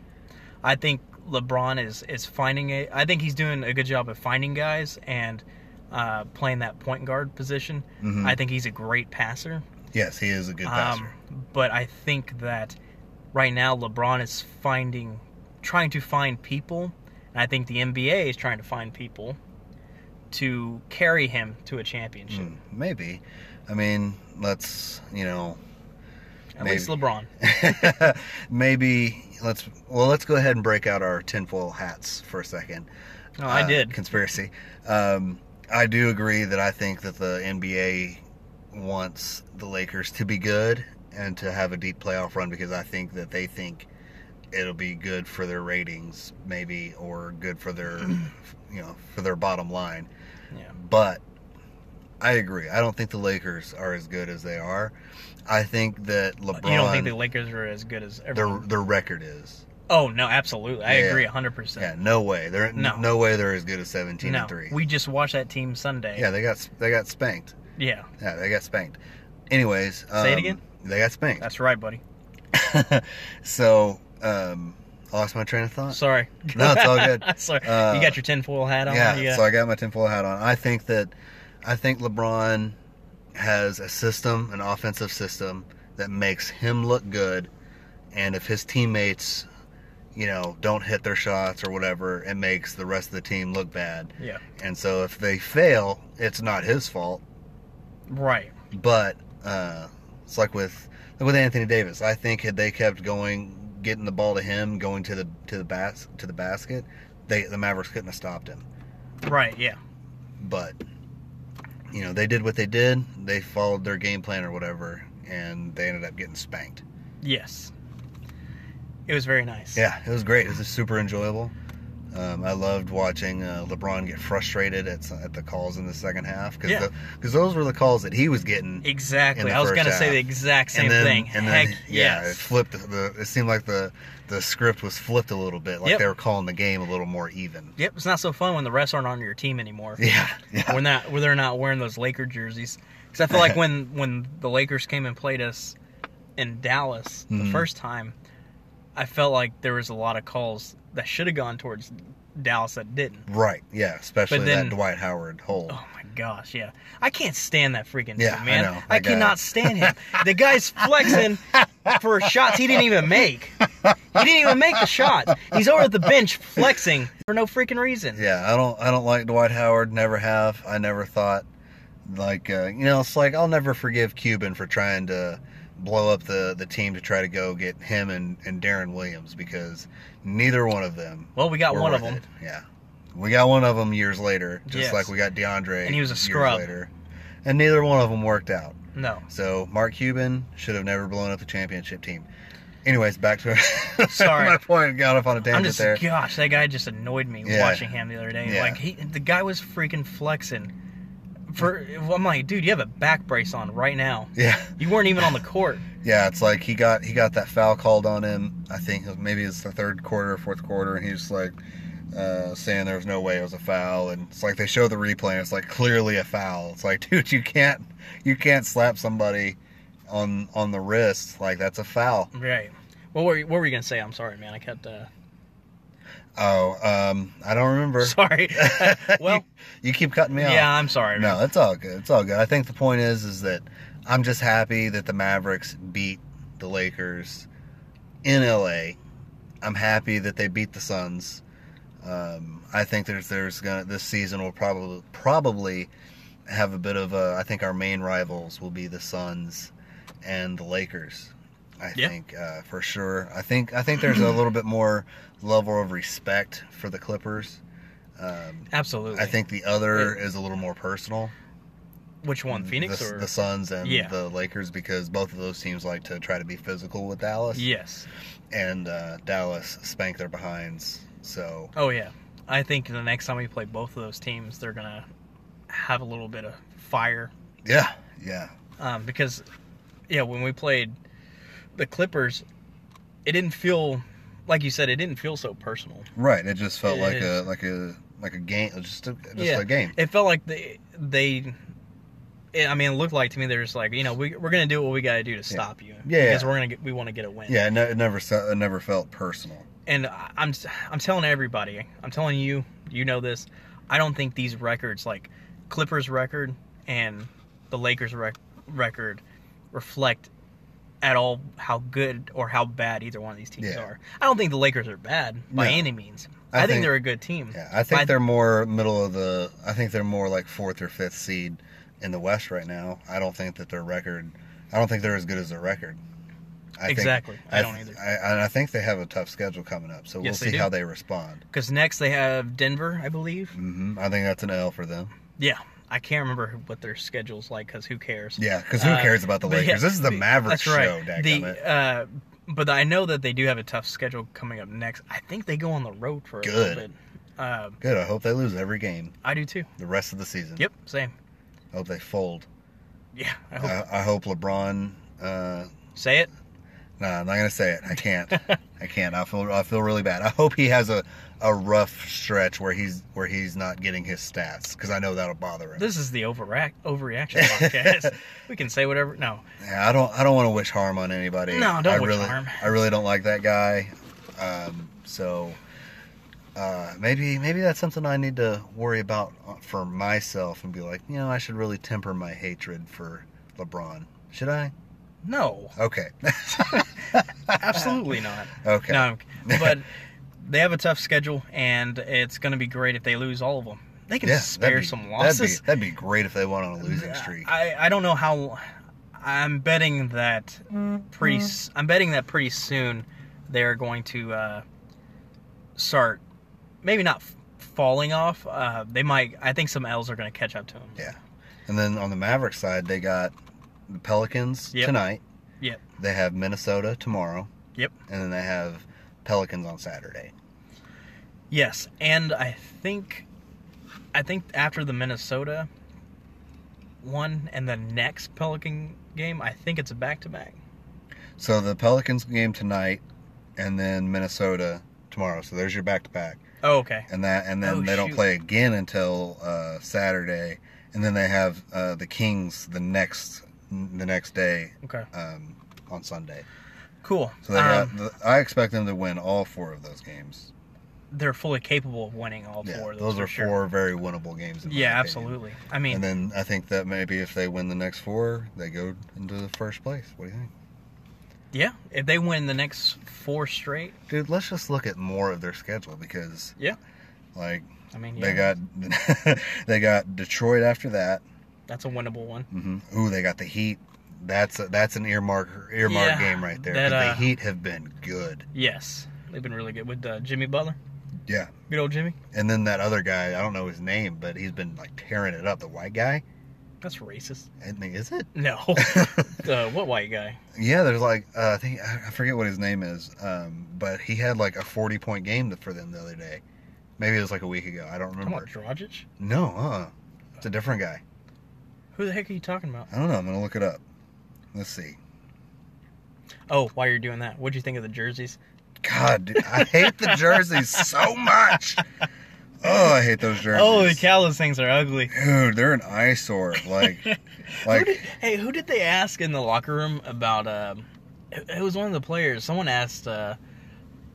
Speaker 2: I think LeBron is is finding it. I think he's doing a good job of finding guys and uh, playing that point guard position.
Speaker 1: Mhm.
Speaker 2: I think he's a great passer.
Speaker 1: Yes, he is a good passer.
Speaker 2: Um, but I think that right now LeBron is finding, trying to find people, and I think the NBA is trying to find people to carry him to a championship.
Speaker 1: Hmm, maybe. I mean, let's you know, *laughs* Mm,
Speaker 2: At least LeBron.
Speaker 1: Uh, maybe let's well let's go ahead and break out our tinfoil hats for a second.
Speaker 2: No, Oh, I
Speaker 1: uh,
Speaker 2: did.
Speaker 1: Conspiracy. Um, I do agree that I think that the NBA wants the Lakers to be good and to have a deep playoff run because I think that they think it'll be good for their ratings, maybe, or good for their, *clears throat* you know, for their bottom line.
Speaker 2: Yeah.
Speaker 1: But I agree. I don't think the Lakers are as good as they are. I think that LeBron,
Speaker 2: you don't think the Lakers are as good as
Speaker 1: their
Speaker 2: everyone?
Speaker 1: their record is.
Speaker 2: Oh no, absolutely. I
Speaker 1: Yeah.
Speaker 2: agree, hundred percent.
Speaker 1: Yeah, no way. They're
Speaker 2: No.
Speaker 1: no, way they're as good as seventeen
Speaker 2: no,
Speaker 1: and three.
Speaker 2: we just watched that team Sunday.
Speaker 1: yeah, they got they got spanked.
Speaker 2: Yeah.
Speaker 1: Yeah, they got spanked. Anyways,
Speaker 2: Say it
Speaker 1: um,
Speaker 2: again?
Speaker 1: They got spanked.
Speaker 2: That's right, buddy.
Speaker 1: *laughs* so um, I lost my train of thought.
Speaker 2: Sorry.
Speaker 1: No, it's all good.
Speaker 2: *laughs* Sorry.
Speaker 1: Uh,
Speaker 2: you got your tinfoil hat on.
Speaker 1: yeah,
Speaker 2: you got-
Speaker 1: so I got my tinfoil hat on. I think that I think LeBron has a system, an offensive system that makes him look good, and if his teammates, you know, don't hit their shots or whatever, it makes the rest of the team look bad.
Speaker 2: yeah.
Speaker 1: And so if they fail, it's not his fault.
Speaker 2: Right.
Speaker 1: But uh, it's like with like with Anthony Davis. I think had they kept going, getting the ball to him, going to the to the bas- to the basket, they the Mavericks couldn't have stopped him.
Speaker 2: Right. Yeah.
Speaker 1: But you know they did what they did. They followed their game plan or whatever, and they ended up getting spanked.
Speaker 2: Yes. It was very nice.
Speaker 1: Yeah, it was great. It was just super enjoyable. Um, I loved watching uh, LeBron get frustrated at, s- at the calls in the second half because
Speaker 2: Yeah.
Speaker 1: those were the calls that he was getting. In
Speaker 2: Exactly.
Speaker 1: the
Speaker 2: I was
Speaker 1: first
Speaker 2: gonna say
Speaker 1: half.
Speaker 2: the exact same
Speaker 1: and then,
Speaker 2: thing.
Speaker 1: And
Speaker 2: Heck
Speaker 1: then, yeah, it
Speaker 2: yes.
Speaker 1: flipped. The, it seemed like the the script was flipped a little bit. Like
Speaker 2: Yep.
Speaker 1: they were calling the game a little more
Speaker 2: *laughs*
Speaker 1: even.
Speaker 2: Yep, it's not so fun when the refs aren't on your team anymore.
Speaker 1: *laughs* Yeah, yeah,
Speaker 2: When that, where they're not wearing those Laker jerseys. Because I
Speaker 1: *laughs*
Speaker 2: feel like when when the Lakers came and played us in Dallas the
Speaker 1: Mhm.
Speaker 2: first time, I felt like there was a lot of calls that should have gone towards Dallas that didn't.
Speaker 1: right. Yeah, especially
Speaker 2: then-
Speaker 1: that Dwight Howard hole.
Speaker 2: Oh my gosh, yeah. I can't stand that freaking
Speaker 1: Yeah,
Speaker 2: dude,
Speaker 1: I
Speaker 2: man.
Speaker 1: know, that guy.
Speaker 2: cannot stand him.
Speaker 1: *laughs*
Speaker 2: the guy's flexing for shots he didn't even make. He didn't even make the shots. He's over at the bench flexing for no freaking reason.
Speaker 1: Yeah, I don't. I don't like Dwight Howard. Never have. I never thought like uh, you know. It's like I'll never forgive Cuban for trying to blow up the the team to try to go get him and and Darren Williams because neither one of them
Speaker 2: Well, we got
Speaker 1: were
Speaker 2: one of
Speaker 1: worth
Speaker 2: them.
Speaker 1: it. Yeah, we got one of them years later, just
Speaker 2: Yes.
Speaker 1: like we got DeAndre.
Speaker 2: And he was a
Speaker 1: years
Speaker 2: scrub.
Speaker 1: later, and neither one of them worked out.
Speaker 2: No.
Speaker 1: So Mark Cuban should have never blown up the championship team. Anyways, back to *laughs*
Speaker 2: Sorry.
Speaker 1: my point. Got off on a
Speaker 2: I'm
Speaker 1: tangent
Speaker 2: just
Speaker 1: there.
Speaker 2: gosh, that guy just annoyed me
Speaker 1: Yeah.
Speaker 2: watching him the other day.
Speaker 1: Yeah.
Speaker 2: Like he, the guy was freaking flexing. For I'm like, dude, you have a back brace on right now.
Speaker 1: Yeah.
Speaker 2: You weren't even on
Speaker 1: *laughs*
Speaker 2: the court.
Speaker 1: Yeah, it's like he got he got that foul called on him. I think it was- maybe it's the third quarter, fourth quarter, and he's like uh, saying there was no way it was a foul. And it's like they show the replay, and it's like clearly a foul. It's like, *laughs* dude, you can't you can't slap somebody on on the wrist like that's a foul.
Speaker 2: Right. Well, what were you, what were you gonna say? I'm sorry, man. I kept. Uh,
Speaker 1: Oh, um, I don't remember. *laughs*
Speaker 2: sorry. *laughs* well,
Speaker 1: you, you keep cutting me off.
Speaker 2: yeah, I'm sorry. man.
Speaker 1: No, it's all good. It's all good. I think the point is, is that I'm just happy that the Mavericks beat the Lakers in LA. I'm happy that they beat the Suns. Um, I think there's there's gonna this season will probably probably have a bit of a. I think our main rivals will be the Suns and the Lakers. I
Speaker 2: Yeah.
Speaker 1: think uh, for sure. I think I think there's a little bit more level of respect for the Clippers. Um,
Speaker 2: Absolutely.
Speaker 1: I think the other is a little more personal.
Speaker 2: Which one, Phoenix
Speaker 1: the,
Speaker 2: or?
Speaker 1: the Suns and
Speaker 2: Yeah.
Speaker 1: the Lakers, because both of those teams like to try to be physical with Dallas,
Speaker 2: yes.
Speaker 1: and uh, Dallas spanked their behinds. So
Speaker 2: Oh yeah. I think the next time we play both of those teams, they're gonna have a little bit of fire
Speaker 1: yeah, yeah,
Speaker 2: um, because yeah, when we played the Clippers, it didn't feel like you said it didn't feel so personal.
Speaker 1: right. It just felt
Speaker 2: It
Speaker 1: like a
Speaker 2: is.
Speaker 1: like a like a game, just a, just
Speaker 2: Yeah.
Speaker 1: a game.
Speaker 2: It felt like they they. It, I mean, it looked like to me they're just like you know we we're gonna do what we gotta do to stop you.
Speaker 1: Yeah,
Speaker 2: because
Speaker 1: yeah.
Speaker 2: we're gonna get we want to get a win.
Speaker 1: Yeah, it, ne- it never se- it never felt personal.
Speaker 2: and I- I'm I'm telling everybody, I'm telling you, you know this. I don't think these records, like Clippers record and the Lakers rec- record, reflect at all how good or how bad either one of these teams
Speaker 1: Yeah.
Speaker 2: are. I don't think the Lakers are bad by
Speaker 1: No.
Speaker 2: any means.
Speaker 1: I
Speaker 2: I, think,
Speaker 1: think-
Speaker 2: they're a good team.
Speaker 1: Yeah, I think
Speaker 2: My-
Speaker 1: they're more middle of the. I think they're more like fourth or fifth seed in the West right now. I don't think that their record. I don't think they're as good as their record. I
Speaker 2: Exactly. I don't
Speaker 1: th-
Speaker 2: either.
Speaker 1: I, and I think they have a tough schedule coming up, so we'll
Speaker 2: Yes, they
Speaker 1: see
Speaker 2: do.
Speaker 1: how they respond.
Speaker 2: Because next they have Denver, I believe.
Speaker 1: hmm I think that's an L for them.
Speaker 2: Yeah, I can't remember who- what their schedule's like because who cares?
Speaker 1: Yeah, because who
Speaker 2: Uh,
Speaker 1: cares about the
Speaker 2: but
Speaker 1: Lakers?
Speaker 2: yeah,
Speaker 1: this is the
Speaker 2: the-
Speaker 1: Mavericks
Speaker 2: That's right.
Speaker 1: show, dadgummit.
Speaker 2: the, uh, but I know that they do have a tough schedule coming up next. I think they go on the road for a
Speaker 1: Good.
Speaker 2: little bit. Um,
Speaker 1: Good. I hope they lose every game
Speaker 2: I do too.
Speaker 1: the rest of the season.
Speaker 2: Yep, same.
Speaker 1: I hope they fold.
Speaker 2: Yeah, I hope.
Speaker 1: I, I hope LeBron. Uh,
Speaker 2: Say it.
Speaker 1: No, I'm not gonna say it. I
Speaker 2: *laughs*
Speaker 1: can't. I can't. I feel I feel really bad. I hope he has a, a rough stretch where he's where he's not getting his stats because I know that'll bother him.
Speaker 2: This is the overreact
Speaker 1: *laughs*
Speaker 2: overreaction podcast. we can say whatever. No,
Speaker 1: yeah, I don't I don't want to wish harm on anybody.
Speaker 2: No, don't
Speaker 1: I
Speaker 2: wish
Speaker 1: really,
Speaker 2: harm.
Speaker 1: I really don't like that guy. Um, so uh, maybe maybe that's something I need to worry about uh, for myself and be like, you know, I should really temper my hatred for LeBron. Should I?
Speaker 2: no,
Speaker 1: Okay. *laughs*
Speaker 2: absolutely not.
Speaker 1: Okay.
Speaker 2: No, I'm- but they have a tough schedule, and it's going to be great if they lose all of them. They can
Speaker 1: Yeah, that'd
Speaker 2: spare
Speaker 1: be-
Speaker 2: some
Speaker 1: That'd
Speaker 2: losses.
Speaker 1: be, that'd be great if they went on a losing streak.
Speaker 2: I, I don't know how. I'm betting that pretty. s- I'm betting that pretty soon they're going to uh, start. Maybe not f- falling off. Uh, they might. I think some L's are going to catch up to them.
Speaker 1: Yeah. And then on the Mavericks side, they got the Pelicans
Speaker 2: Yep.
Speaker 1: tonight.
Speaker 2: Yep.
Speaker 1: They have Minnesota tomorrow.
Speaker 2: Yep.
Speaker 1: And then they have Pelicans on Saturday.
Speaker 2: Yes, and I think, I think after the Minnesota one and the next Pelican game, I think it's a back to back.
Speaker 1: So the Pelicans game tonight, and then Minnesota tomorrow. So there's your back to back,
Speaker 2: Oh, okay.
Speaker 1: and that, and then
Speaker 2: Oh,
Speaker 1: they don't
Speaker 2: shoot.
Speaker 1: play again until uh, Saturday, and then they have uh, the Kings the next the next day
Speaker 2: Okay.
Speaker 1: um, on Sunday.
Speaker 2: Cool.
Speaker 1: So they
Speaker 2: um,
Speaker 1: got the, I expect them to win all four of those games.
Speaker 2: they're fully capable of winning all
Speaker 1: Yeah,
Speaker 2: four of those.
Speaker 1: those
Speaker 2: for
Speaker 1: are
Speaker 2: sure.
Speaker 1: four very winnable games. in my opinion.
Speaker 2: Yeah, absolutely. I mean,
Speaker 1: And then I think that maybe if they win the next four, they go into the first place. What do you think?
Speaker 2: yeah, if they win the next four straight,
Speaker 1: Dude, let's just look at more of their schedule because
Speaker 2: Yeah.
Speaker 1: like
Speaker 2: I mean, yeah,
Speaker 1: they got *laughs* they got Detroit after that.
Speaker 2: that's a winnable one.
Speaker 1: hmm Ooh, they got the Heat. That's a, that's an earmark earmark
Speaker 2: Yeah,
Speaker 1: game right there.
Speaker 2: that,
Speaker 1: 'cause
Speaker 2: uh,
Speaker 1: the Heat have been good.
Speaker 2: Yes, they've been really good with uh, Jimmy Butler.
Speaker 1: Yeah,
Speaker 2: Good old Jimmy.
Speaker 1: and then that other guy, I don't know his name, but he's been like tearing it up. The white guy,
Speaker 2: That's racist.
Speaker 1: I think, is it? *laughs*
Speaker 2: No, *laughs* uh, what white guy?
Speaker 1: Yeah, there's like uh, I think I I forget what his name is, um, but he had like a 40 point game for them the other day. Maybe it was like a week ago. I don't
Speaker 2: Come on,
Speaker 1: remember.
Speaker 2: Dragic.
Speaker 1: No, uh, it's a different guy.
Speaker 2: Who the heck are you talking about?
Speaker 1: I don't know. I'm gonna look it up. Let's see.
Speaker 2: Oh, while you're doing that, what'd you think of the jerseys?
Speaker 1: God, dude, I hate the jerseys so much. Oh, I hate those jerseys.
Speaker 2: Holy cow, those things are ugly.
Speaker 1: Dude, they're an eyesore. Like,
Speaker 2: *laughs* Who did,
Speaker 1: like
Speaker 2: hey, who did they ask in the locker room about? Um, it- it was one of the players. Someone asked uh,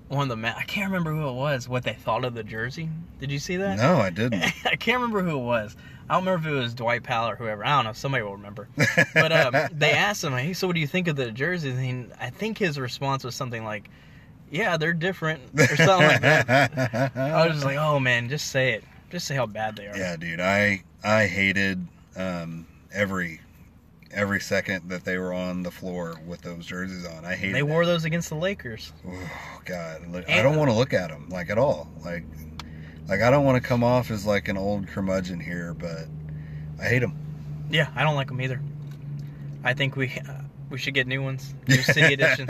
Speaker 2: one of the ma- I can't remember who it was. What they thought of the jersey? Did you see that?
Speaker 1: no, I didn't.
Speaker 2: *laughs* I can't remember who it was. I don't remember if it was Dwight Powell or whoever. I don't know. Somebody will remember.
Speaker 1: *laughs*
Speaker 2: But um, they asked him, "Hey, so what do you think of the jerseys?" And I think his response was something like, "Yeah, they're different" or something like that.
Speaker 1: *laughs*
Speaker 2: I was just like, "Oh man, just say it. Just say how bad they are."
Speaker 1: Yeah, dude, I I hated um, every every second that they were on the floor with those jerseys on. I hated.
Speaker 2: They wore those against the Lakers.
Speaker 1: It. Oh God, look, I
Speaker 2: And-
Speaker 1: don't want to look at them like at all. Like, like I don't want to come off as like an old curmudgeon here, but I hate them.
Speaker 2: Yeah, I don't like them either. I think we uh, we should get new ones,
Speaker 1: *laughs*
Speaker 2: new city edition.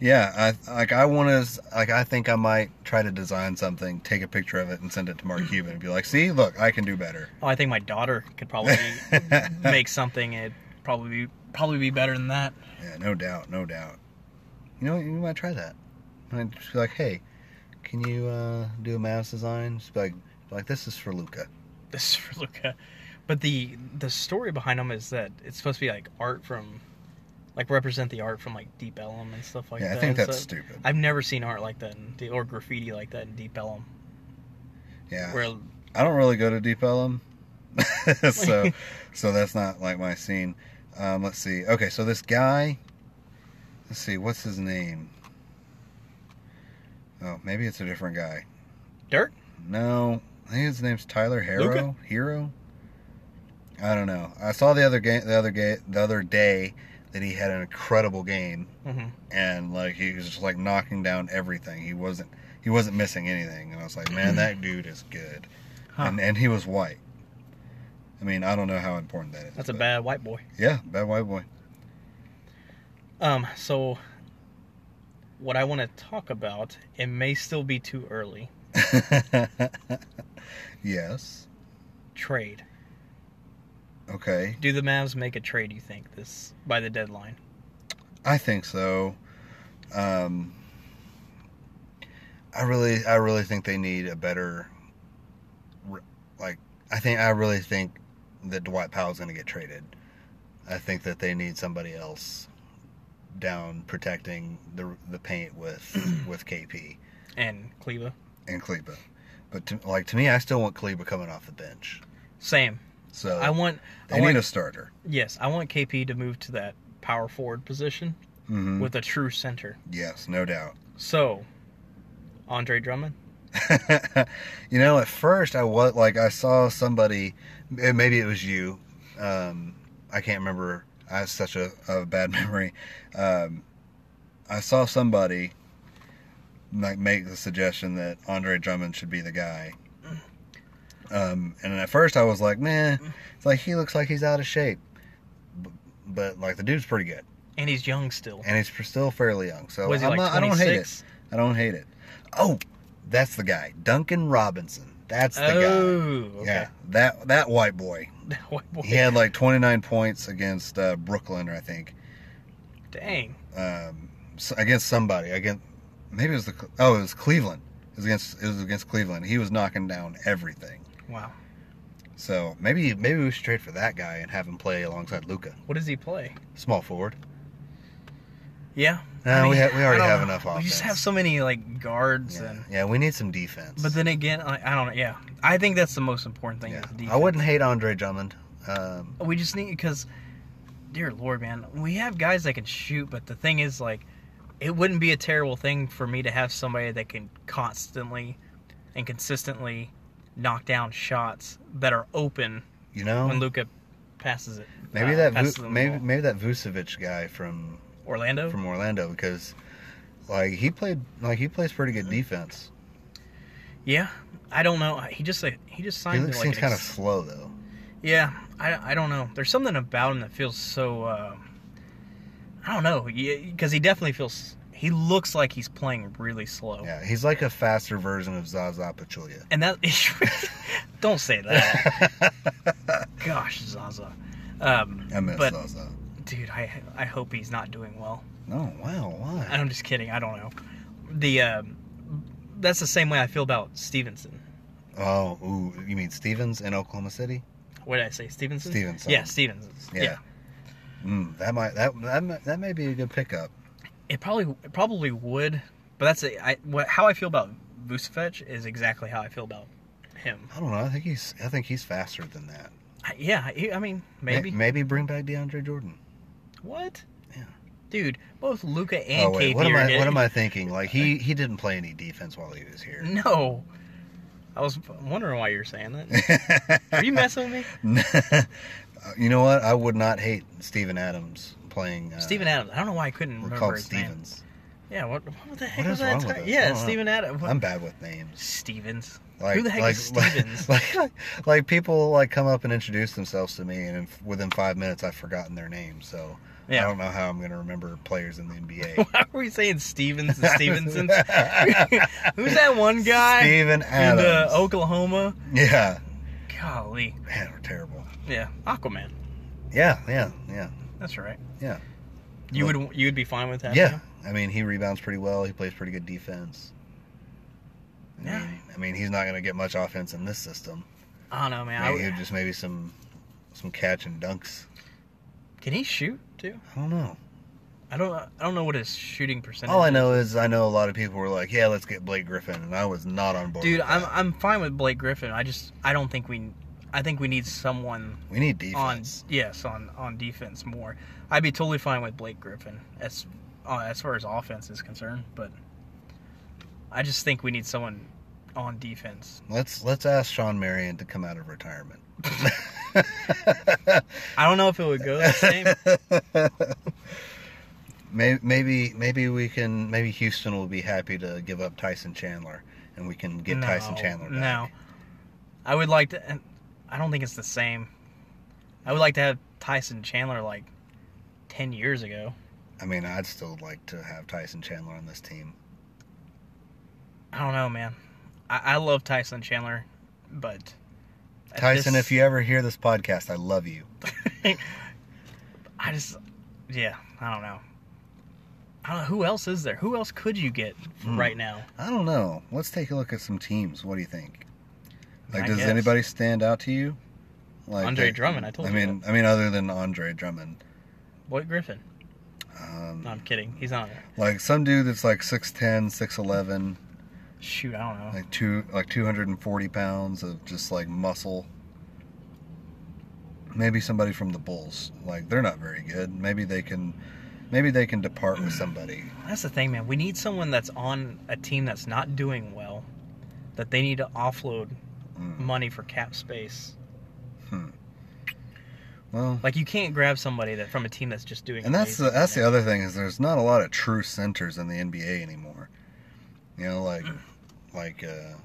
Speaker 1: yeah, I like I want to like I think I might try to design something, take a picture of it, and send it to Mark Cuban and be like, "See, look, I can do better."
Speaker 2: Oh, I think my daughter could probably
Speaker 1: *laughs*
Speaker 2: make something. It probably be, probably be better than that.
Speaker 1: Yeah, no doubt, no doubt. You know, what, you might try that. And just be like, hey, can you uh, do a mouse design? Just be like, be like this is for Luca.
Speaker 2: *laughs* This is for Luca, but the the story behind them is that it's supposed to be like art from, like represent the art from like Deep Ellum and stuff like
Speaker 1: yeah,
Speaker 2: that.
Speaker 1: I think
Speaker 2: It's
Speaker 1: that's
Speaker 2: a-
Speaker 1: stupid.
Speaker 2: I've never seen art like that in, De- or graffiti like that in Deep Ellum.
Speaker 1: Yeah,
Speaker 2: Where
Speaker 1: I don't really go to Deep Ellum, *laughs* so so that's not like my scene. Um, let's see. Okay, so this guy, let's see, what's his name? Oh, maybe it's a different guy.
Speaker 2: dirt?
Speaker 1: No, I think his name's Tyler Harrow.
Speaker 2: Luca?
Speaker 1: Hero. I don't know. I saw the other game, the other game, the other day that he had an incredible game,
Speaker 2: hmm
Speaker 1: and like he was just like knocking down everything. He wasn't he wasn't missing anything, and I was like, man,
Speaker 2: *clears throat*
Speaker 1: that dude is good.
Speaker 2: Huh.
Speaker 1: And and he was white. I mean, I don't know how important that is.
Speaker 2: That's a
Speaker 1: but-
Speaker 2: bad white boy.
Speaker 1: Yeah, bad white boy. *laughs*
Speaker 2: Um, so what I want to talk about, it may still be too early.
Speaker 1: yes.
Speaker 2: Trade.
Speaker 1: Okay.
Speaker 2: Do the Mavs make a trade? You think this by the deadline?
Speaker 1: I think so. Um, I really, I really think they need a better. re- Like, I think I really think that Dwight Powell's going to get traded. I think that they need somebody else down protecting the the paint
Speaker 2: *clears throat*
Speaker 1: with with KP
Speaker 2: and Cleva.
Speaker 1: and Kleba. But to, like to me, I still want Kleba coming off the bench.
Speaker 2: Same.
Speaker 1: So
Speaker 2: I want.
Speaker 1: Uh, they
Speaker 2: I
Speaker 1: need
Speaker 2: want
Speaker 1: a starter.
Speaker 2: yes, I want KP to move to that power forward position
Speaker 1: hmm
Speaker 2: with a true center.
Speaker 1: yes, no doubt.
Speaker 2: So, Andre Drummond.
Speaker 1: *laughs* you know, at first I was like, I saw somebody, eh, maybe it was you. Um, I can't remember. I have such a, a bad *laughs* memory. Um, I saw somebody like make the suggestion that Andre Drummond should be the guy. Um, and at first I was like, man, it's like he looks like he's out of shape, but, but like the dude's pretty good,
Speaker 2: and he's young still.
Speaker 1: and he's still fairly young. So
Speaker 2: Was he
Speaker 1: I'm
Speaker 2: like
Speaker 1: not- I don't hate it.
Speaker 2: 26?
Speaker 1: I don't hate it. Oh, that's the guy, Duncan Robinson. That's the guy.
Speaker 2: Oh, okay. *laughs*
Speaker 1: Yeah, that that white boy.
Speaker 2: White boy.
Speaker 1: He had like 29 points against uh, Brooklyn, I think,
Speaker 2: Dang.
Speaker 1: um, s against somebody. Against maybe it was the Cle- oh it was Cleveland. It was against it was against Cleveland. He was knocking down everything.
Speaker 2: Wow.
Speaker 1: So maybe maybe we should trade for that guy and have him play alongside Luca,
Speaker 2: What does he play?
Speaker 1: small forward.
Speaker 2: Yeah.
Speaker 1: No, we ha- we
Speaker 2: I
Speaker 1: already
Speaker 2: don't
Speaker 1: have
Speaker 2: know.
Speaker 1: enough
Speaker 2: We just
Speaker 1: offense.
Speaker 2: have so many like guards
Speaker 1: Yeah,
Speaker 2: and.
Speaker 1: yeah we need some defense.
Speaker 2: But then again, I, I don't know. Yeah, I think that's the most important thing.
Speaker 1: yeah.
Speaker 2: Is defense.
Speaker 1: I wouldn't hate Andre Drummond. Um,
Speaker 2: We just need because, dear lord, man, we have guys that can shoot, but the thing is, like, it wouldn't be a terrible thing for me to have somebody that can constantly and consistently knock down shots that are open
Speaker 1: you know,
Speaker 2: when Luca passes it.
Speaker 1: Um, Maybe
Speaker 2: uh,
Speaker 1: that
Speaker 2: passes
Speaker 1: Vu-
Speaker 2: them the
Speaker 1: maybe
Speaker 2: ball.
Speaker 1: maybe that Vucevic guy from
Speaker 2: Orlando.
Speaker 1: from Orlando because like he played like he plays pretty good defense.
Speaker 2: yeah, I don't know. He just like, he just
Speaker 1: He
Speaker 2: signed
Speaker 1: looks,
Speaker 2: to, like
Speaker 1: seems
Speaker 2: an
Speaker 1: kind of
Speaker 2: ex-
Speaker 1: slow though.
Speaker 2: Yeah, I, I don't know. There's something about him that feels so. Uh, I don't know, because he definitely feels. He looks like he's playing really slow.
Speaker 1: Yeah, he's like a faster version of Zaza Pachulia. *laughs*
Speaker 2: And that. *laughs* don't say that. Gosh, Zaza. Um,
Speaker 1: I miss
Speaker 2: but
Speaker 1: Zaza.
Speaker 2: dude, I I hope he's not doing well.
Speaker 1: No, wow, why?
Speaker 2: I'm just kidding. I don't know. The um, that's the same way I feel about Stevenson.
Speaker 1: Oh, ooh, you mean Stevens in Oklahoma City?
Speaker 2: What did I say, Stevenson?
Speaker 1: Stevenson.
Speaker 2: Yeah, Stevenson.
Speaker 1: Yeah.
Speaker 2: Yeah.
Speaker 1: Mm, that might that that might, that may be a good pickup.
Speaker 2: It probably it probably would, but that's it. I what how I feel about Vucevic is exactly how I feel about him.
Speaker 1: I don't know. I think he's I think he's faster than that.
Speaker 2: I, yeah, he, I mean
Speaker 1: May-
Speaker 2: maybe
Speaker 1: maybe bring back DeAndre Jordan.
Speaker 2: what?
Speaker 1: Yeah.
Speaker 2: Dude, both Luca and
Speaker 1: oh wait,
Speaker 2: KP
Speaker 1: what am
Speaker 2: are
Speaker 1: I
Speaker 2: getting-
Speaker 1: what am
Speaker 2: *laughs*
Speaker 1: I thinking? Like he he didn't play any defense while he was *laughs* here.
Speaker 2: No, I was wondering why you were saying that. Are you messing with me?
Speaker 1: you know what? I would not hate Steven Adams playing. *laughs* Uh,
Speaker 2: Stephen Adams. I don't know why I couldn't
Speaker 1: we're
Speaker 2: remember
Speaker 1: called
Speaker 2: his name.
Speaker 1: Stevens.
Speaker 2: Yeah, what, what the heck
Speaker 1: What
Speaker 2: was
Speaker 1: is
Speaker 2: that?
Speaker 1: wrong with
Speaker 2: guy?
Speaker 1: us? I
Speaker 2: yeah,
Speaker 1: don't know.
Speaker 2: Stephen Adams.
Speaker 1: I'm bad with names.
Speaker 2: Stevens.
Speaker 1: Like,
Speaker 2: the heck
Speaker 1: like,
Speaker 2: is
Speaker 1: *laughs* like-
Speaker 2: Stevens?
Speaker 1: Like, like, people like come up and introduce themselves to me, and in, within five minutes, I've forgotten their name. So I
Speaker 2: Yeah.
Speaker 1: don't know how I'm going to remember players in the NBA.
Speaker 2: Why were we saying Stevens and
Speaker 1: *laughs*
Speaker 2: Stevensons? *laughs* Who's that one *laughs* guy
Speaker 1: Steven
Speaker 2: in
Speaker 1: Adams.
Speaker 2: uh, Oklahoma?
Speaker 1: Yeah,
Speaker 2: Golly.
Speaker 1: man, we're terrible.
Speaker 2: Yeah, Aquaman.
Speaker 1: Yeah, yeah, yeah,
Speaker 2: That's right.
Speaker 1: yeah,
Speaker 2: You would you would be fine with that?
Speaker 1: yeah.
Speaker 2: though?
Speaker 1: I mean, he rebounds pretty well. He plays pretty good defense. I
Speaker 2: Yeah.
Speaker 1: mean, I mean, he's not going to get much offense in this system.
Speaker 2: I don't know, man. I
Speaker 1: Maybe
Speaker 2: would,
Speaker 1: he'll just maybe some some catch and dunks.
Speaker 2: can he shoot too?
Speaker 1: I don't know.
Speaker 2: I don't I don't know what his shooting percentage.
Speaker 1: All I
Speaker 2: is.
Speaker 1: know is I know a lot of people were like, "Yeah, let's get Blake Griffin," and I was not on board.
Speaker 2: Dude,
Speaker 1: with
Speaker 2: I'm
Speaker 1: that.
Speaker 2: I'm fine with Blake Griffin. I just I don't think we I think we need someone
Speaker 1: we need
Speaker 2: on
Speaker 1: defense.
Speaker 2: yes on on defense more. I'd be totally fine with Blake Griffin as uh, as far as offense is concerned, but I just think we need someone on defense.
Speaker 1: Let's let's ask Sean Marion to come out of
Speaker 2: *laughs*
Speaker 1: retirement.
Speaker 2: I don't know if it would go the same.
Speaker 1: maybe, maybe maybe we can maybe Houston will be happy to give up Tyson Chandler, and we can *laughs* get Tyson
Speaker 2: No,
Speaker 1: Chandler. Back.
Speaker 2: No, I would like to. and I don't think it's the same. I would like to have Tyson Chandler like ten years ago.
Speaker 1: I mean, I'd still like to have Tyson Chandler on this team.
Speaker 2: I don't know, man. I, I love Tyson Chandler, but at
Speaker 1: Tyson,
Speaker 2: this-
Speaker 1: if
Speaker 2: *laughs*
Speaker 1: you ever hear this podcast, I love you.
Speaker 2: I just, yeah, I don't know. I don't know who else is there. Who else could you get
Speaker 1: Hmm.
Speaker 2: right now?
Speaker 1: I don't know. Let's take a look at some teams. What do you think? Like,
Speaker 2: I
Speaker 1: does
Speaker 2: guess.
Speaker 1: anybody stand out to you? Like
Speaker 2: Andre
Speaker 1: they-
Speaker 2: Drummond, I told
Speaker 1: I
Speaker 2: you
Speaker 1: mean, I mean, other than Andre Drummond,
Speaker 2: Boyd Griffin.
Speaker 1: um,
Speaker 2: No, I'm kidding. He's not. on there.
Speaker 1: like some dude that's like 6'10", 6'11",
Speaker 2: Shoot, I don't know.
Speaker 1: like two, like two hundred and forty pounds of just like muscle. Maybe somebody from the Bulls. Like they're not very good. Maybe they can, maybe they can depart with somebody.
Speaker 2: That's the thing, man. We need someone that's on a team that's not doing well, that they need to offload
Speaker 1: Mm.
Speaker 2: money for cap space.
Speaker 1: Well,
Speaker 2: Like you can't grab somebody that from a team that's just doing.
Speaker 1: And that's the
Speaker 2: amazing
Speaker 1: that's the
Speaker 2: right
Speaker 1: other thing is there's not a lot of true centers in the NBA anymore. You know, like
Speaker 2: Hmm.
Speaker 1: like uh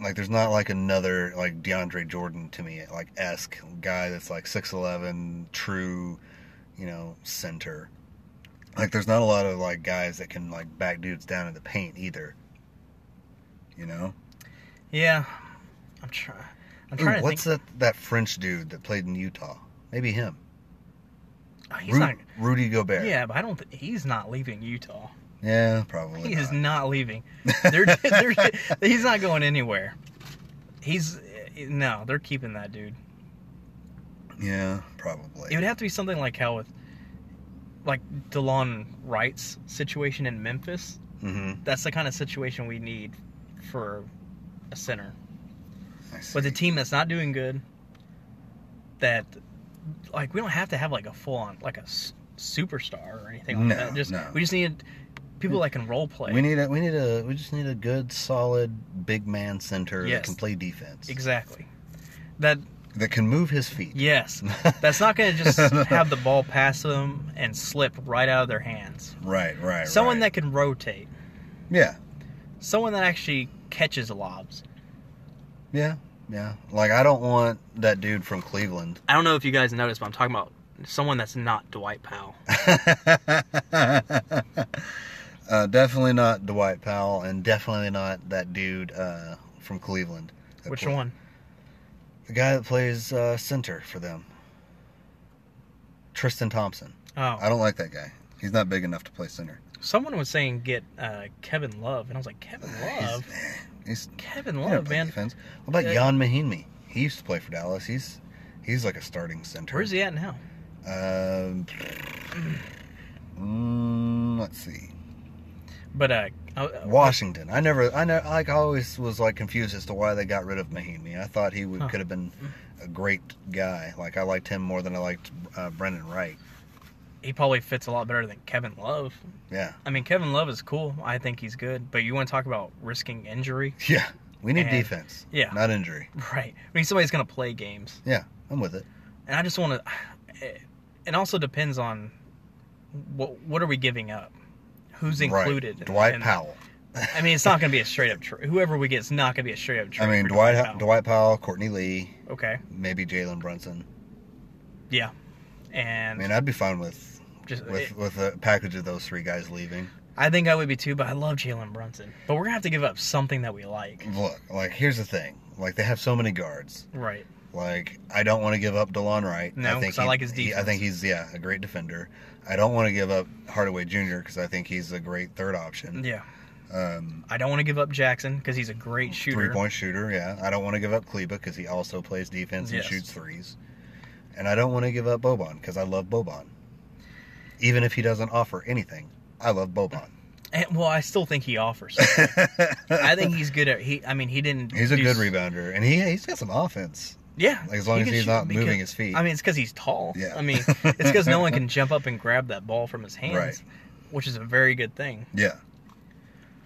Speaker 1: like there's not like another like DeAndre Jordan to me like esque guy that's like six eleven true, you know, center. Like there's not a lot of like guys that can like back dudes down in the paint either. You know?
Speaker 2: now. Yeah, I'm trying. I'm
Speaker 1: Ooh,
Speaker 2: trying to
Speaker 1: what's
Speaker 2: think.
Speaker 1: that that French dude that played in Utah? Maybe him.
Speaker 2: Oh, he's
Speaker 1: Ru-
Speaker 2: not.
Speaker 1: Rudy Gobert.
Speaker 2: Yeah, but I don't. Th- he's not leaving Utah.
Speaker 1: Yeah, probably.
Speaker 2: He
Speaker 1: not.
Speaker 2: is
Speaker 1: *laughs*
Speaker 2: not leaving. They're, they're, *laughs* he's not going anywhere. He's no. They're keeping that dude.
Speaker 1: Yeah,
Speaker 2: It
Speaker 1: probably.
Speaker 2: would have to be something like how with like DeLon Wright's situation in Memphis.
Speaker 1: hmm
Speaker 2: That's the kind of situation we need for a center.
Speaker 1: I see.
Speaker 2: With a team that's not doing good, that like we don't have to have like a full on like a s- superstar or anything like
Speaker 1: No,
Speaker 2: that. Just
Speaker 1: no.
Speaker 2: we just need people that can role play.
Speaker 1: we need a we need a we just need a good solid big man center that
Speaker 2: Yes.
Speaker 1: can play defense
Speaker 2: exactly. That
Speaker 1: that can move his feet. *laughs*
Speaker 2: *laughs* yes, that's not going to just have the ball pass them and slip right out of their hands.
Speaker 1: right, right.
Speaker 2: Someone
Speaker 1: right.
Speaker 2: that can rotate.
Speaker 1: yeah,
Speaker 2: someone that actually catches lobs.
Speaker 1: yeah, yeah. Like I don't want that dude from Cleveland. *laughs*
Speaker 2: I don't know if you guys noticed, but I'm talking about someone that's not Dwight Powell.
Speaker 1: uh, definitely not Dwight Powell, and definitely not that dude uh, from Cleveland. that
Speaker 2: Which
Speaker 1: play-
Speaker 2: one?
Speaker 1: The guy that plays uh, center for them. Tristan Thompson. I
Speaker 2: Oh,
Speaker 1: don't like that guy. He's not big enough to play center.
Speaker 2: someone was saying get uh, Kevin Love, and I was like, Kevin Love,
Speaker 1: He's, eh, he's
Speaker 2: Kevin
Speaker 1: he don't
Speaker 2: Love,
Speaker 1: play
Speaker 2: man.
Speaker 1: defense. What about
Speaker 2: Yeah.
Speaker 1: Jan Mahinmi? He used to play for Dallas. He's he's like a starting center.
Speaker 2: Where's he at now? *clears throat*
Speaker 1: Um, mm, let's see.
Speaker 2: But uh, uh, uh,
Speaker 1: Washington. I never. I never. Like I always was like confused as to why they got rid of Mahinmi. I thought he would
Speaker 2: Huh.
Speaker 1: could have been a great guy. Like I liked him more than I liked uh, Brendan Wright.
Speaker 2: he probably fits a lot better than Kevin Love.
Speaker 1: Yeah. *laughs*
Speaker 2: I mean, Kevin Love is cool. I think he's good. But you want to talk about risking injury?
Speaker 1: Yeah. We need
Speaker 2: And-
Speaker 1: defense.
Speaker 2: yeah.
Speaker 1: Not injury.
Speaker 2: *laughs* Right. I mean, somebody's going to play games.
Speaker 1: I'm with it.
Speaker 2: and I just want *sighs* to. It also depends on what what are we giving up, who's included.
Speaker 1: Right. Dwight
Speaker 2: and-
Speaker 1: Powell.
Speaker 2: I mean, it's not going to
Speaker 1: *laughs*
Speaker 2: be a straight up trade. Whoever we get, it's not going to be a straight up
Speaker 1: I
Speaker 2: trade.
Speaker 1: mean
Speaker 2: for
Speaker 1: Dwight.
Speaker 2: Powell.
Speaker 1: Dwight Powell. Courtney Lee.
Speaker 2: Okay,
Speaker 1: maybe Jalen Brunson. I
Speaker 2: and
Speaker 1: mean, I'd be fine with
Speaker 2: just
Speaker 1: with
Speaker 2: it-
Speaker 1: with a package of those three guys leaving.
Speaker 2: I think I would be too, but I love Jalen Brunson. But we're gonna have to give up something that we like,
Speaker 1: Look, like here's the thing: like they have so many guards.
Speaker 2: right?
Speaker 1: Like I don't want to give up DeLon Wright.
Speaker 2: No, 'cause I
Speaker 1: he-
Speaker 2: like his
Speaker 1: he- I
Speaker 2: defense.
Speaker 1: think he's yeah a great defender. I don't want to give up Hardaway Jr. because I think he's a great third option.
Speaker 2: Yeah,
Speaker 1: Um,
Speaker 2: I don't want to give up Jackson because he's a great shooter.
Speaker 1: three point shooter. Yeah, I don't want to give up Kleba because he also plays defense and
Speaker 2: Yes.
Speaker 1: shoots threes. And I don't want to give up Boban because I love Boban. Even if he doesn't offer anything, I love
Speaker 2: *laughs*
Speaker 1: Boban. *laughs*
Speaker 2: And, well, I still think he offers. something. I think he's good at he. I mean, he didn't.
Speaker 1: He's a
Speaker 2: do
Speaker 1: good
Speaker 2: s-
Speaker 1: rebounder, and he he's got some offense.
Speaker 2: Yeah,
Speaker 1: Like as long
Speaker 2: he
Speaker 1: as
Speaker 2: can
Speaker 1: he's
Speaker 2: shoot
Speaker 1: not
Speaker 2: because-
Speaker 1: moving his feet.
Speaker 2: I mean, it's because he's tall.
Speaker 1: Yeah.
Speaker 2: I mean, it's because
Speaker 1: *laughs*
Speaker 2: no one can jump up and grab that ball from his hands,
Speaker 1: Right.
Speaker 2: which is a very good thing.
Speaker 1: yeah.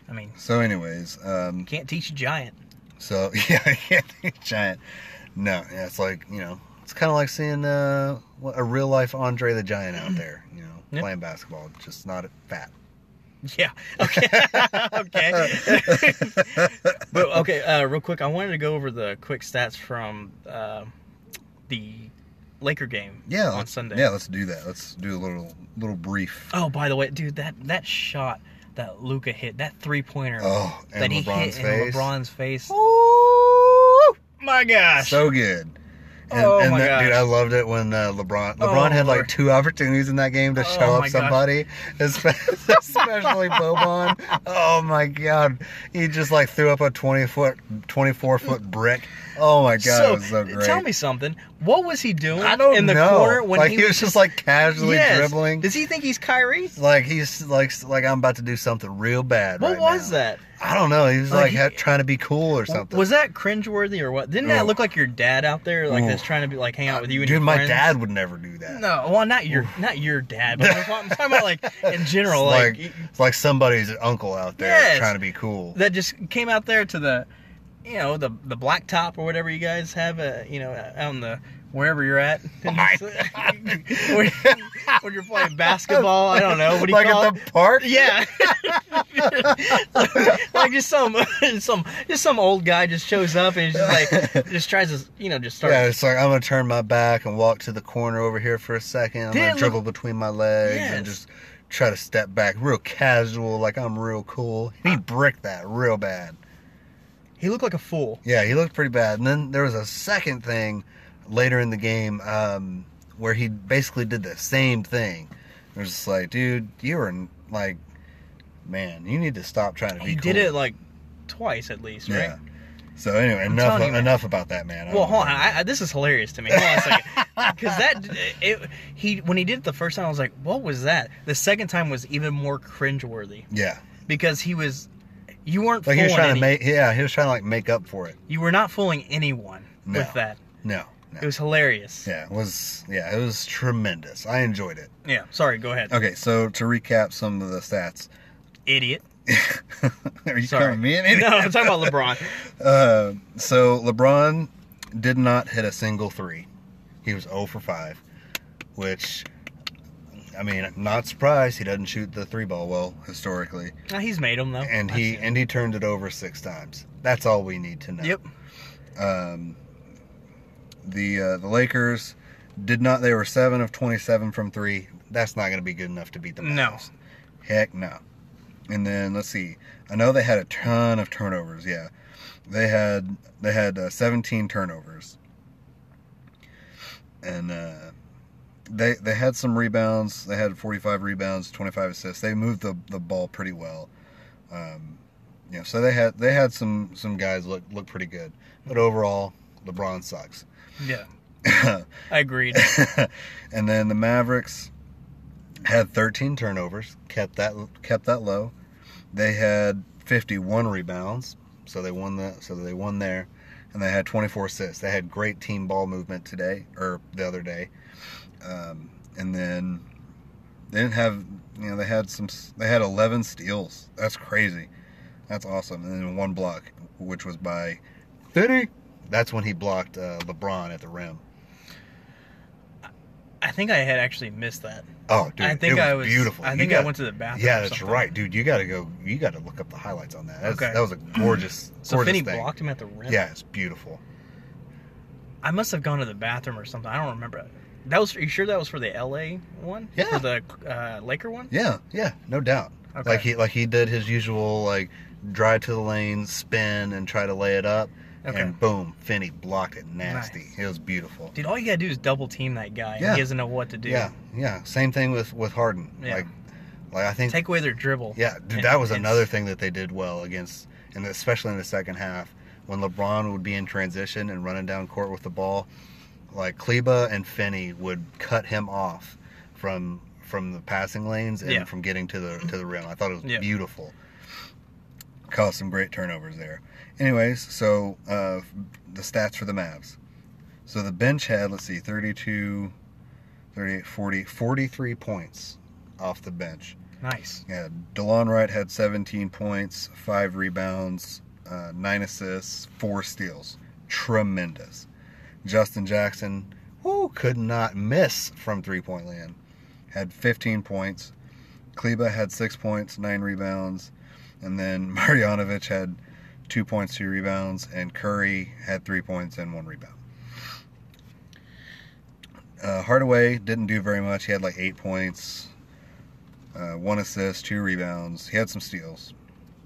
Speaker 2: I mean,
Speaker 1: So, anyways, um,
Speaker 2: you can't teach a giant. *laughs*
Speaker 1: so *laughs* yeah, yeah, giant. No, yeah, it's like you know, it's kind of like seeing uh, what- a real life Andre the Giant
Speaker 2: *clears throat*
Speaker 1: out there, you know,
Speaker 2: Yeah.
Speaker 1: playing basketball, just not fat. *laughs*
Speaker 2: Yeah. Okay. *laughs* okay. *laughs* but okay, uh, real quick, I wanted to go over the quick stats from uh, the Laker game.
Speaker 1: yeah,
Speaker 2: on
Speaker 1: let's-
Speaker 2: Sunday.
Speaker 1: Yeah, let's do that. Let's do a little little brief.
Speaker 2: Oh, by the way, dude, that that shot that Luca hit, that three pointer
Speaker 1: Oh, and
Speaker 2: that he
Speaker 1: LeBron's
Speaker 2: hit
Speaker 1: face.
Speaker 2: in LeBron's face.
Speaker 1: Ooh,
Speaker 2: My gosh.
Speaker 1: so good. And,
Speaker 2: Oh
Speaker 1: and
Speaker 2: my
Speaker 1: that, dude,
Speaker 2: gosh.
Speaker 1: I loved it when uh, LeBron
Speaker 2: Oh,
Speaker 1: LeBron had like
Speaker 2: Lord.
Speaker 1: two opportunities in that game to
Speaker 2: Oh
Speaker 1: show
Speaker 2: my
Speaker 1: up
Speaker 2: gosh.
Speaker 1: somebody, espe- *laughs* especially Boban. Oh my god, he just like threw up a twenty foot, twenty four foot brick. Oh my god, it was so great.
Speaker 2: uh, tell me something. What was he doing
Speaker 1: I don't
Speaker 2: in the
Speaker 1: know.
Speaker 2: corner when
Speaker 1: like
Speaker 2: he
Speaker 1: he was just like casually
Speaker 2: Yes.
Speaker 1: dribbling.
Speaker 2: Does he think he's Kyrie?
Speaker 1: like he's like like I'm about to do something real bad.
Speaker 2: What
Speaker 1: right
Speaker 2: was
Speaker 1: now.
Speaker 2: that?
Speaker 1: I don't know. He was
Speaker 2: Like,
Speaker 1: like,
Speaker 2: he-
Speaker 1: ha- trying to be cool or something.
Speaker 2: Was that cringeworthy or what? Didn't that
Speaker 1: Ooh.
Speaker 2: look like your dad out there, like
Speaker 1: Ooh.
Speaker 2: that's trying to be like hang out with you and
Speaker 1: Dude,
Speaker 2: your
Speaker 1: my
Speaker 2: friends?
Speaker 1: dad would never do that.
Speaker 2: No, well, not your not your dad, but I'm talking I'm talking about like
Speaker 1: *laughs*
Speaker 2: in general,
Speaker 1: It's
Speaker 2: like,
Speaker 1: like- It's like somebody's uncle out there
Speaker 2: Yes.
Speaker 1: trying to be cool.
Speaker 2: that just came out there to the, you know, the the black top or whatever you guys have, uh, you know, out in the wherever you're at.
Speaker 1: *laughs* my
Speaker 2: when, *laughs* when
Speaker 1: *laughs*
Speaker 2: you're playing basketball, I don't know. What do you
Speaker 1: like
Speaker 2: call
Speaker 1: at
Speaker 2: it?
Speaker 1: the park?
Speaker 2: Yeah, *laughs* like just some *laughs* some just some old guy just shows up and he's
Speaker 1: *laughs*
Speaker 2: just like just tries to you know just start.
Speaker 1: Yeah, it's like I'm gonna turn my back and walk to the corner over here for a second. I'm
Speaker 2: Did it
Speaker 1: gonna
Speaker 2: look-
Speaker 1: dribble between my legs and
Speaker 2: Yes.
Speaker 1: just try to step back, real casual, like I'm real cool. He bricked that real bad.
Speaker 2: He looked like a fool.
Speaker 1: Yeah, he looked pretty bad. And then there was a second thing later in the game um, where he basically did the same thing. It was just like, dude, you were like, man, you need to stop trying to be.
Speaker 2: He did
Speaker 1: cool.
Speaker 2: it like twice at least, right?
Speaker 1: Yeah. So anyway,
Speaker 2: I'm
Speaker 1: enough
Speaker 2: telling you, man.
Speaker 1: enough about that, man. I
Speaker 2: Well,
Speaker 1: don't
Speaker 2: hold on.
Speaker 1: know.
Speaker 2: I, I, this is hilarious to me. Hold on a second, *laughs* because that it, he when he did it the first time, I was like, "What was that?" The second time was even more cringeworthy
Speaker 1: yeah,
Speaker 2: because he was, you weren't
Speaker 1: like he
Speaker 2: fooling.
Speaker 1: was trying to
Speaker 2: any-
Speaker 1: make. Yeah, he was trying to like make up for it.
Speaker 2: you were not fooling anyone
Speaker 1: No.
Speaker 2: with that.
Speaker 1: No, no.
Speaker 2: It was hilarious.
Speaker 1: yeah, it was yeah, it was tremendous. I enjoyed it.
Speaker 2: Yeah, Sorry. Go ahead.
Speaker 1: Okay, so to recap some of the stats. *laughs*
Speaker 2: Idiot. *laughs*
Speaker 1: Are you
Speaker 2: Sorry.
Speaker 1: calling me an
Speaker 2: *laughs* No,
Speaker 1: idiot?
Speaker 2: I'm talking about LeBron.
Speaker 1: Uh, so LeBron did not hit a single three. He was 0 for 5, which I mean, not surprised he doesn't shoot the three ball well historically.
Speaker 2: Nah, he's made him though.
Speaker 1: And
Speaker 2: I've
Speaker 1: he
Speaker 2: seen
Speaker 1: and he turned it over 6 times. That's all we need to know.
Speaker 2: him. Yep.
Speaker 1: Um the uh, the Lakers did not they were 7 of 27 from 3. That's not going to be good enough to beat the
Speaker 2: No.
Speaker 1: Mavs. Heck no. And then let's see. I know they had a ton of turnovers. Yeah, they had they had uh, 17 turnovers, and uh, they they had some rebounds. They had 45 rebounds, 25 assists. They moved the, the ball pretty well. Um, you know, so they had they had some some guys look look pretty good. But overall, LeBron sucks. *laughs*
Speaker 2: Yeah. I agreed.
Speaker 1: and then the Mavericks had 13 turnovers, kept that kept that low. They had 51 rebounds, so they won the so they won there, and they had 24 assists. They had great team ball movement today or the other day, um, and then they didn't have you know they had some s- they had 11 steals. That's crazy. That's awesome. And then one block, which was by Fitty. That's when he blocked uh, LeBron at the rim.
Speaker 2: I think I had actually missed that.
Speaker 1: Oh, dude,
Speaker 2: I think
Speaker 1: it was
Speaker 2: I was
Speaker 1: beautiful.
Speaker 2: I
Speaker 1: You
Speaker 2: think I
Speaker 1: got-
Speaker 2: went to the bathroom.
Speaker 1: Yeah,
Speaker 2: or
Speaker 1: that's
Speaker 2: something.
Speaker 1: right, dude. You got to go. You got to look up the highlights on that. That's,
Speaker 2: Okay.
Speaker 1: That was a gorgeous,
Speaker 2: *clears throat* So
Speaker 1: gorgeous
Speaker 2: Finney
Speaker 1: thing.
Speaker 2: blocked him at the rim.
Speaker 1: Yeah, it's beautiful.
Speaker 2: I must have gone to the bathroom or something. I don't remember. That was. Are you sure that was for the LA one?
Speaker 1: Yeah.
Speaker 2: For the uh, Laker one.
Speaker 1: Yeah, yeah, no doubt.
Speaker 2: Okay.
Speaker 1: Like he, like he did his usual, like drive to the lane, spin, and try to lay it up,
Speaker 2: Okay.
Speaker 1: and boom, Finney blocked it nasty.
Speaker 2: Nice.
Speaker 1: It was beautiful.
Speaker 2: Dude, all you gotta do is double team that guy.
Speaker 1: Yeah.
Speaker 2: And he doesn't know what to do.
Speaker 1: Yeah, yeah. Same thing with with Harden.
Speaker 2: Yeah.
Speaker 1: Like, like I think
Speaker 2: Take away their dribble.
Speaker 1: Yeah, dude,
Speaker 2: And
Speaker 1: that was
Speaker 2: it's-
Speaker 1: another thing that they did well against, and especially in the second half when LeBron would be in transition and running down court with the ball, like Kleba and Finney would cut him off from from the passing lanes and
Speaker 2: Yeah.
Speaker 1: from getting to the to the rim. I thought it was
Speaker 2: Yeah.
Speaker 1: beautiful. Caused some great turnovers there. Anyways, so uh, the stats for the Mavs. So the bench had let's see 32 38 40 43 points off the bench.
Speaker 2: Nice.
Speaker 1: Yeah, DeLon Wright had 17 points, five rebounds, uh, nine assists, four steals. Tremendous. Justin Jackson, who could not miss from three point land, had 15 points. Kleba had six points, nine rebounds, and then *laughs* Marjanovic had two points, two rebounds, and Curry had three points and one rebound. Uh, Hardaway didn't do very much. He had like eight points, uh, one assist, two rebounds. He had some steals.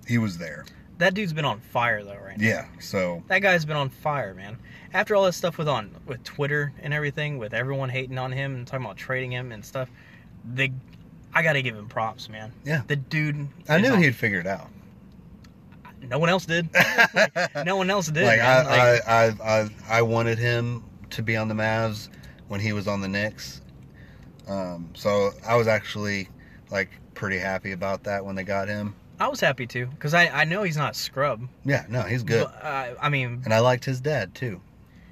Speaker 1: He was there.
Speaker 2: that dude's been on fire though right now.
Speaker 1: Yeah. So
Speaker 2: That guy's been on fire, man. After all that stuff with on with Twitter and everything, with everyone hating on him and talking about trading him and stuff, the I gotta give him props, man.
Speaker 1: Yeah.
Speaker 2: The dude.
Speaker 1: I
Speaker 2: is
Speaker 1: knew
Speaker 2: on-
Speaker 1: he'd figure it
Speaker 2: *laughs*
Speaker 1: out.
Speaker 2: No one
Speaker 1: *laughs*
Speaker 2: else did. No one else did.
Speaker 1: like
Speaker 2: man.
Speaker 1: I,
Speaker 2: Like,
Speaker 1: I, I, I, I wanted him to be on the Mavs when he was on the Knicks. Um, so I was actually like pretty happy about that when they got him.
Speaker 2: I was happy too, because I, I know he's not a scrub.
Speaker 1: Yeah, no, he's good,
Speaker 2: But, uh, I mean,
Speaker 1: and I liked his dad too.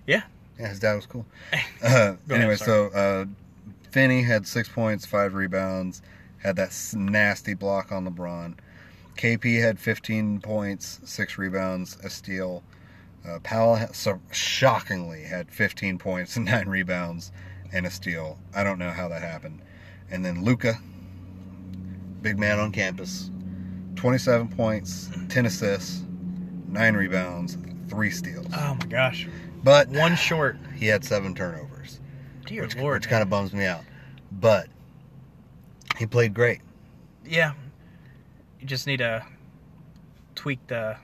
Speaker 2: Yeah.
Speaker 1: yeah, his dad was
Speaker 2: *laughs*
Speaker 1: cool. Uh,
Speaker 2: Go ahead,
Speaker 1: anyway,
Speaker 2: sorry.
Speaker 1: so uh, Finney had six points, five rebounds, had that s- nasty block on LeBron. KP had 15 points, six rebounds, a steal. Uh, Powell ha- so shockingly had 15 points *laughs* and nine rebounds and a steal. I don't know how that happened. And then Luca, big man on campus, 27 points, 10 assists, nine rebounds, three steals.
Speaker 2: oh my gosh,
Speaker 1: But
Speaker 2: one short.
Speaker 1: he had seven turnovers
Speaker 2: Dear
Speaker 1: which,
Speaker 2: lord.
Speaker 1: which kind of bums me out. But he played great.
Speaker 2: Yeah. You just need to tweak the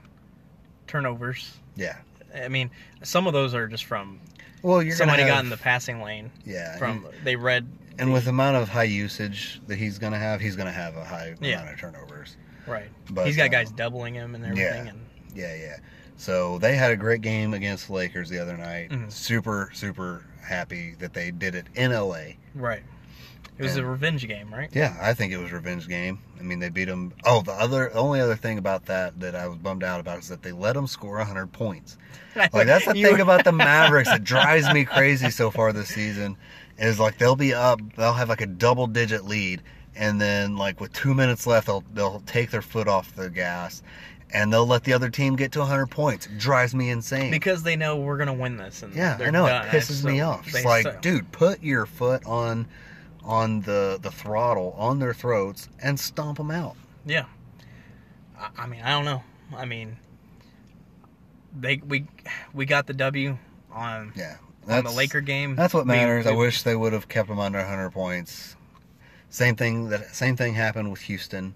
Speaker 2: turnovers.
Speaker 1: Yeah.
Speaker 2: I mean, some of those are just from
Speaker 1: Well, you're
Speaker 2: somebody
Speaker 1: gonna have,
Speaker 2: got in the passing lane
Speaker 1: yeah
Speaker 2: from they read
Speaker 1: and, and with the amount of high usage that he's gonna have, he's gonna have a high
Speaker 2: Yeah.
Speaker 1: amount of turnovers.
Speaker 2: right.
Speaker 1: But
Speaker 2: He's got
Speaker 1: uh,
Speaker 2: guys doubling him and everything.
Speaker 1: yeah.
Speaker 2: And
Speaker 1: Yeah, yeah. So they had a great game against the Lakers the other night.
Speaker 2: Mhm.
Speaker 1: Super, super happy that they did it in LA.
Speaker 2: right, it was a
Speaker 1: And-
Speaker 2: revenge game, right? *laughs*
Speaker 1: Yeah, I think it was a revenge game. I mean, they beat them. Oh, the other the only other thing about that that I was bummed out about is that they let them score 100 points. Like that's the
Speaker 2: *laughs* You-
Speaker 1: thing about the Mavericks that drives me crazy so far this season is like they'll be up, they'll have like a double digit lead, and then like with two minutes left, they'll they'll take their foot off the gas, and they'll let the other team get to 100 points. It drives me insane.
Speaker 2: because they know we're gonna win this. And
Speaker 1: yeah, I
Speaker 2: they're
Speaker 1: know
Speaker 2: done.
Speaker 1: it pisses me
Speaker 2: So
Speaker 1: off.
Speaker 2: they-
Speaker 1: It's like,
Speaker 2: so-
Speaker 1: dude, put your foot on on the the throttle on their throats and stomp them out.
Speaker 2: Yeah. I, I mean, I don't know. I mean, they we we got the W on
Speaker 1: Yeah,
Speaker 2: on the Laker game.
Speaker 1: That's what
Speaker 2: We-
Speaker 1: matters. I
Speaker 2: we-
Speaker 1: wish they would have kept them under 100 points. Same thing that same thing happened with Houston.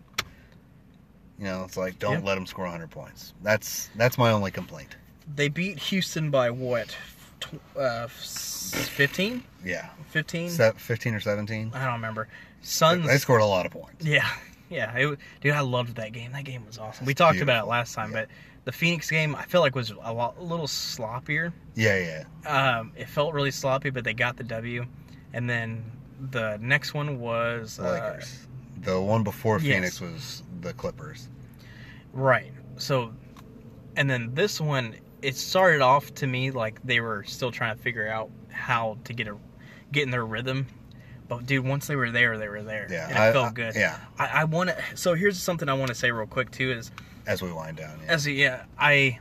Speaker 1: You know, it's like don't
Speaker 2: Yeah.
Speaker 1: let them score 100 points. That's that's my only complaint.
Speaker 2: they beat Houston by what? Tw- uh, 15?
Speaker 1: Yeah,
Speaker 2: 15?
Speaker 1: Se- 15 or 17.
Speaker 2: I don't remember.
Speaker 1: They
Speaker 2: Suns.
Speaker 1: scored a lot of points.
Speaker 2: Yeah. Yeah. It, wa- dude, I loved that game. That game was awesome. We talked about it
Speaker 1: beautiful.
Speaker 2: last time,
Speaker 1: Yeah.
Speaker 2: but the Phoenix game I felt like was a, lot, a little sloppier.
Speaker 1: Yeah, yeah,
Speaker 2: Um, it felt really sloppy, but they got the W. And then the next one was
Speaker 1: the
Speaker 2: uh,
Speaker 1: Lakers. The one before
Speaker 2: yes.
Speaker 1: Phoenix was the Clippers.
Speaker 2: Right. So, and then this one, it started off to me like they were still trying to figure out how to get a get in their rhythm. But dude, once they were there, they were there.
Speaker 1: Yeah,
Speaker 2: and it
Speaker 1: I-
Speaker 2: felt
Speaker 1: I-
Speaker 2: good.
Speaker 1: yeah,
Speaker 2: I, I want to. So here's something I want to say real quick too is
Speaker 1: as we wind down. Yeah.
Speaker 2: as yeah I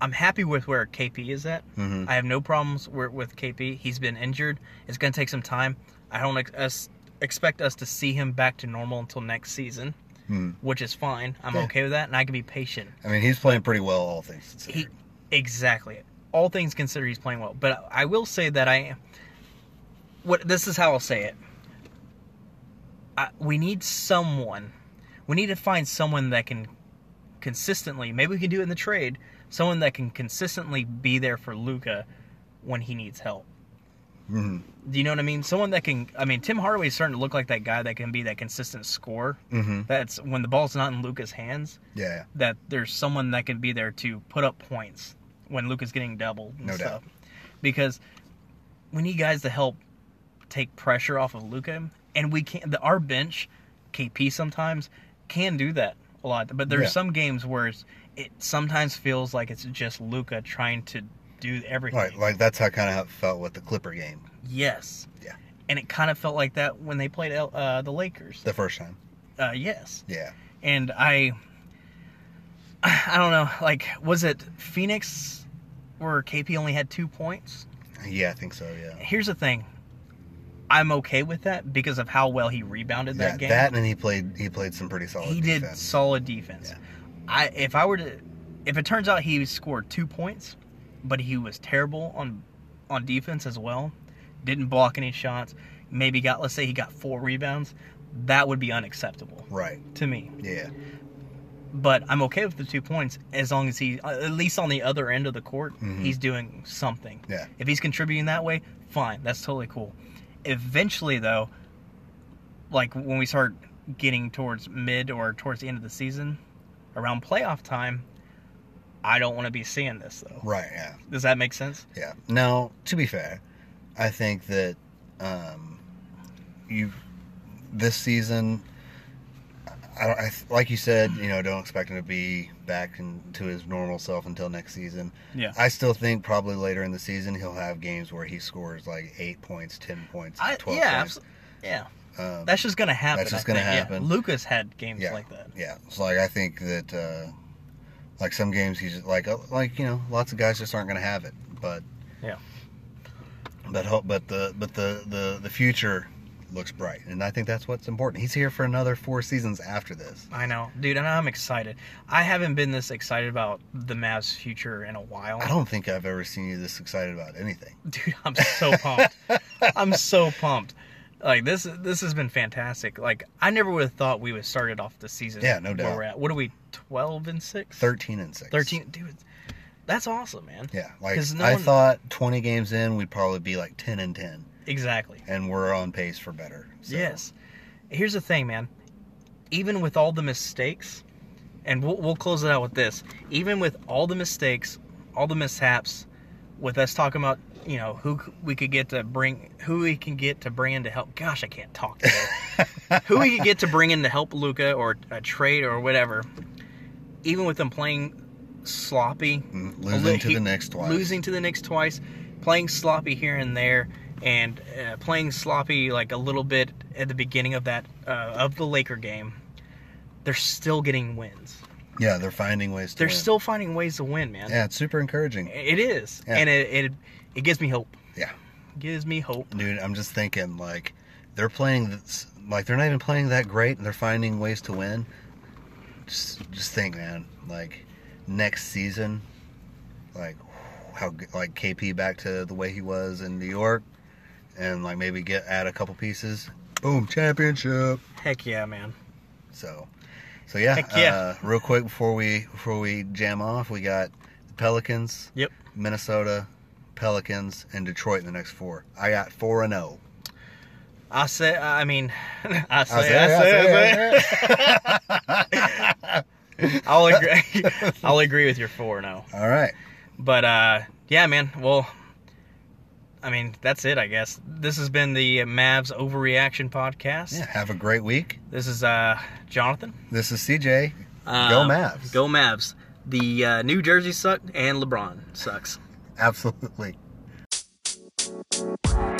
Speaker 2: I'm happy with where KP is at.
Speaker 1: hmm
Speaker 2: I have no problems wi- with KP. He's been injured. It's gonna take some time. I don't ex- us, expect us to see him back to normal until next season,
Speaker 1: Hmm.
Speaker 2: which is fine. I'm
Speaker 1: Yeah.
Speaker 2: okay with that, and I can be patient.
Speaker 1: I mean, he's playing pretty well, all things
Speaker 2: He
Speaker 1: considered.
Speaker 2: exactly. All things considered, he's playing well. But I will say that I am. What this is how I'll say it. I, we need someone. We need to find someone that can consistently. Maybe we can do it in the trade. Someone that can consistently be there for Luca when he needs help.
Speaker 1: hmm
Speaker 2: Do you know what I mean? Someone that can. I mean, Tim Hardaway's starting to look like that guy that can be that consistent scorer.
Speaker 1: hmm
Speaker 2: That's when the ball's not in Luca's hands
Speaker 1: Yeah.
Speaker 2: that there's someone that can be there to put up points when Luke is getting doubled and
Speaker 1: No
Speaker 2: stuff. Because we need guys to help take pressure off of Luca, and we can the, our bench, KP sometimes can do that a lot. But there's
Speaker 1: Yeah.
Speaker 2: some games where it's, it sometimes feels like it's just Luca trying to do everything.
Speaker 1: Right. Like that's how kind of how it felt with the Clipper game
Speaker 2: yes.
Speaker 1: Yeah.
Speaker 2: And it kind of felt like that when they played L- uh, the Lakers.
Speaker 1: the first time.
Speaker 2: Uh, yes.
Speaker 1: Yeah.
Speaker 2: and I *sighs* I don't know, like was it Phoenix where KP only had 2 points?
Speaker 1: Yeah, I think so. Yeah.
Speaker 2: Here's the thing. I'm okay with that because of how well he rebounded
Speaker 1: Yeah,
Speaker 2: that game.
Speaker 1: that and he played he played some pretty solid
Speaker 2: he did
Speaker 1: defense.
Speaker 2: solid defense.
Speaker 1: Yeah.
Speaker 2: I if I were to if it turns out he scored 2 points, but he was terrible on on defense as well, didn't block any shots, maybe got let's say he got 4 rebounds, that would be unacceptable
Speaker 1: Right.
Speaker 2: to me.
Speaker 1: Yeah.
Speaker 2: But I'm okay with the two points as long as he, uh, at least on the other end of the court,
Speaker 1: Mhm.
Speaker 2: he's doing something.
Speaker 1: Yeah.
Speaker 2: If he's contributing that way, fine. That's totally cool. Eventually, though, like when we start getting towards mid or towards the end of the season, around playoff time, I don't want to be seeing this, though.
Speaker 1: Right. Yeah.
Speaker 2: Does that make sense?
Speaker 1: Yeah. Now, to be fair, I think that um, you this season, I, don't- I like you said, you know, don't expect him to be back in, to his normal self until next season.
Speaker 2: Yeah.
Speaker 1: I still think probably later in the season he'll have games where he scores like eight points, ten points,
Speaker 2: I,
Speaker 1: twelve
Speaker 2: yeah,
Speaker 1: points.
Speaker 2: abso- yeah.
Speaker 1: Um,
Speaker 2: That's just gonna happen.
Speaker 1: That's just
Speaker 2: I
Speaker 1: gonna
Speaker 2: think, yeah.
Speaker 1: happen.
Speaker 2: Lucas had games
Speaker 1: Yeah.
Speaker 2: like that.
Speaker 1: yeah. So like I think that uh, like some games he's like uh, like you know lots of guys just aren't going to have it, but
Speaker 2: Yeah.
Speaker 1: But hope, but the but the the the future looks bright, and I think that's what's important. He's here for another four seasons after this.
Speaker 2: I know, dude, and I'm excited. I haven't been this excited about the Mavs' future in a while.
Speaker 1: I don't think I've ever seen you this excited about anything.
Speaker 2: *laughs* dude, I'm so pumped. I'm so pumped. Like this, this has been fantastic. Like I never would have thought we would have started off the season.
Speaker 1: Yeah, no
Speaker 2: where
Speaker 1: doubt.
Speaker 2: We're at. What are we? Twelve and six.
Speaker 1: Thirteen and six.
Speaker 2: Thirteen, dude. That's awesome, man.
Speaker 1: Yeah, like
Speaker 2: 'Cause no
Speaker 1: I
Speaker 2: one-
Speaker 1: thought, twenty games in, we'd probably be like ten and ten,
Speaker 2: Exactly.
Speaker 1: and we're on pace for better. So,
Speaker 2: Yes. Here's the thing, man. Even with all the mistakes, and we'll, we'll close it out with this. Even with all the mistakes, all the mishaps, with us talking about you know who c- we could get to bring, who we can get to bring in to help. Gosh, I can't talk today. who we could get to bring in to help Luca or a trade or whatever. Even with them playing sloppy,
Speaker 1: Mm,
Speaker 2: Although
Speaker 1: losing to
Speaker 2: he-
Speaker 1: the next twice.
Speaker 2: Losing to the Knicks twice, playing sloppy here and there, and uh, playing sloppy like a little bit at the beginning of that uh, of the Laker game. They're still getting wins.
Speaker 1: Yeah, they're finding ways to.
Speaker 2: They're
Speaker 1: win.
Speaker 2: still finding ways to win, man.
Speaker 1: Yeah, it's super encouraging.
Speaker 2: It is,
Speaker 1: Yeah.
Speaker 2: and it, it it gives me hope.
Speaker 1: Yeah.
Speaker 2: gives me hope.
Speaker 1: Dude, I'm just thinking like they're playing this, like they're not even playing that great and they're finding ways to win. Just just think, man, like next season like how g- like KP back to the way he was in New York and like maybe get add a couple pieces. Boom, championship.
Speaker 2: Heck yeah, man.
Speaker 1: So so yeah,
Speaker 2: Heck yeah.
Speaker 1: Uh, real quick before we before we jam off, we got the Pelicans,
Speaker 2: Yep.
Speaker 1: Minnesota, Pelicans, and Detroit in the next four. I got four and oh.
Speaker 2: I say, I mean, *laughs* I say,
Speaker 1: I
Speaker 2: I
Speaker 1: say, I
Speaker 2: say, I
Speaker 1: say,
Speaker 2: say.
Speaker 1: I say.
Speaker 2: I'll agree. *laughs* I'll agree with your four oh. now.
Speaker 1: *laughs* All right.
Speaker 2: But uh, yeah, man. Well, I mean, that's it, I guess. This has been the Mavs Overreaction Podcast.
Speaker 1: Yeah, have a great week.
Speaker 2: This is uh, Jonathan.
Speaker 1: This is CJ.
Speaker 2: Uh,
Speaker 1: go Mavs.
Speaker 2: Go Mavs. The uh, New Jersey suck and LeBron sucks.
Speaker 1: Absolutely.
Speaker 3: Thank you.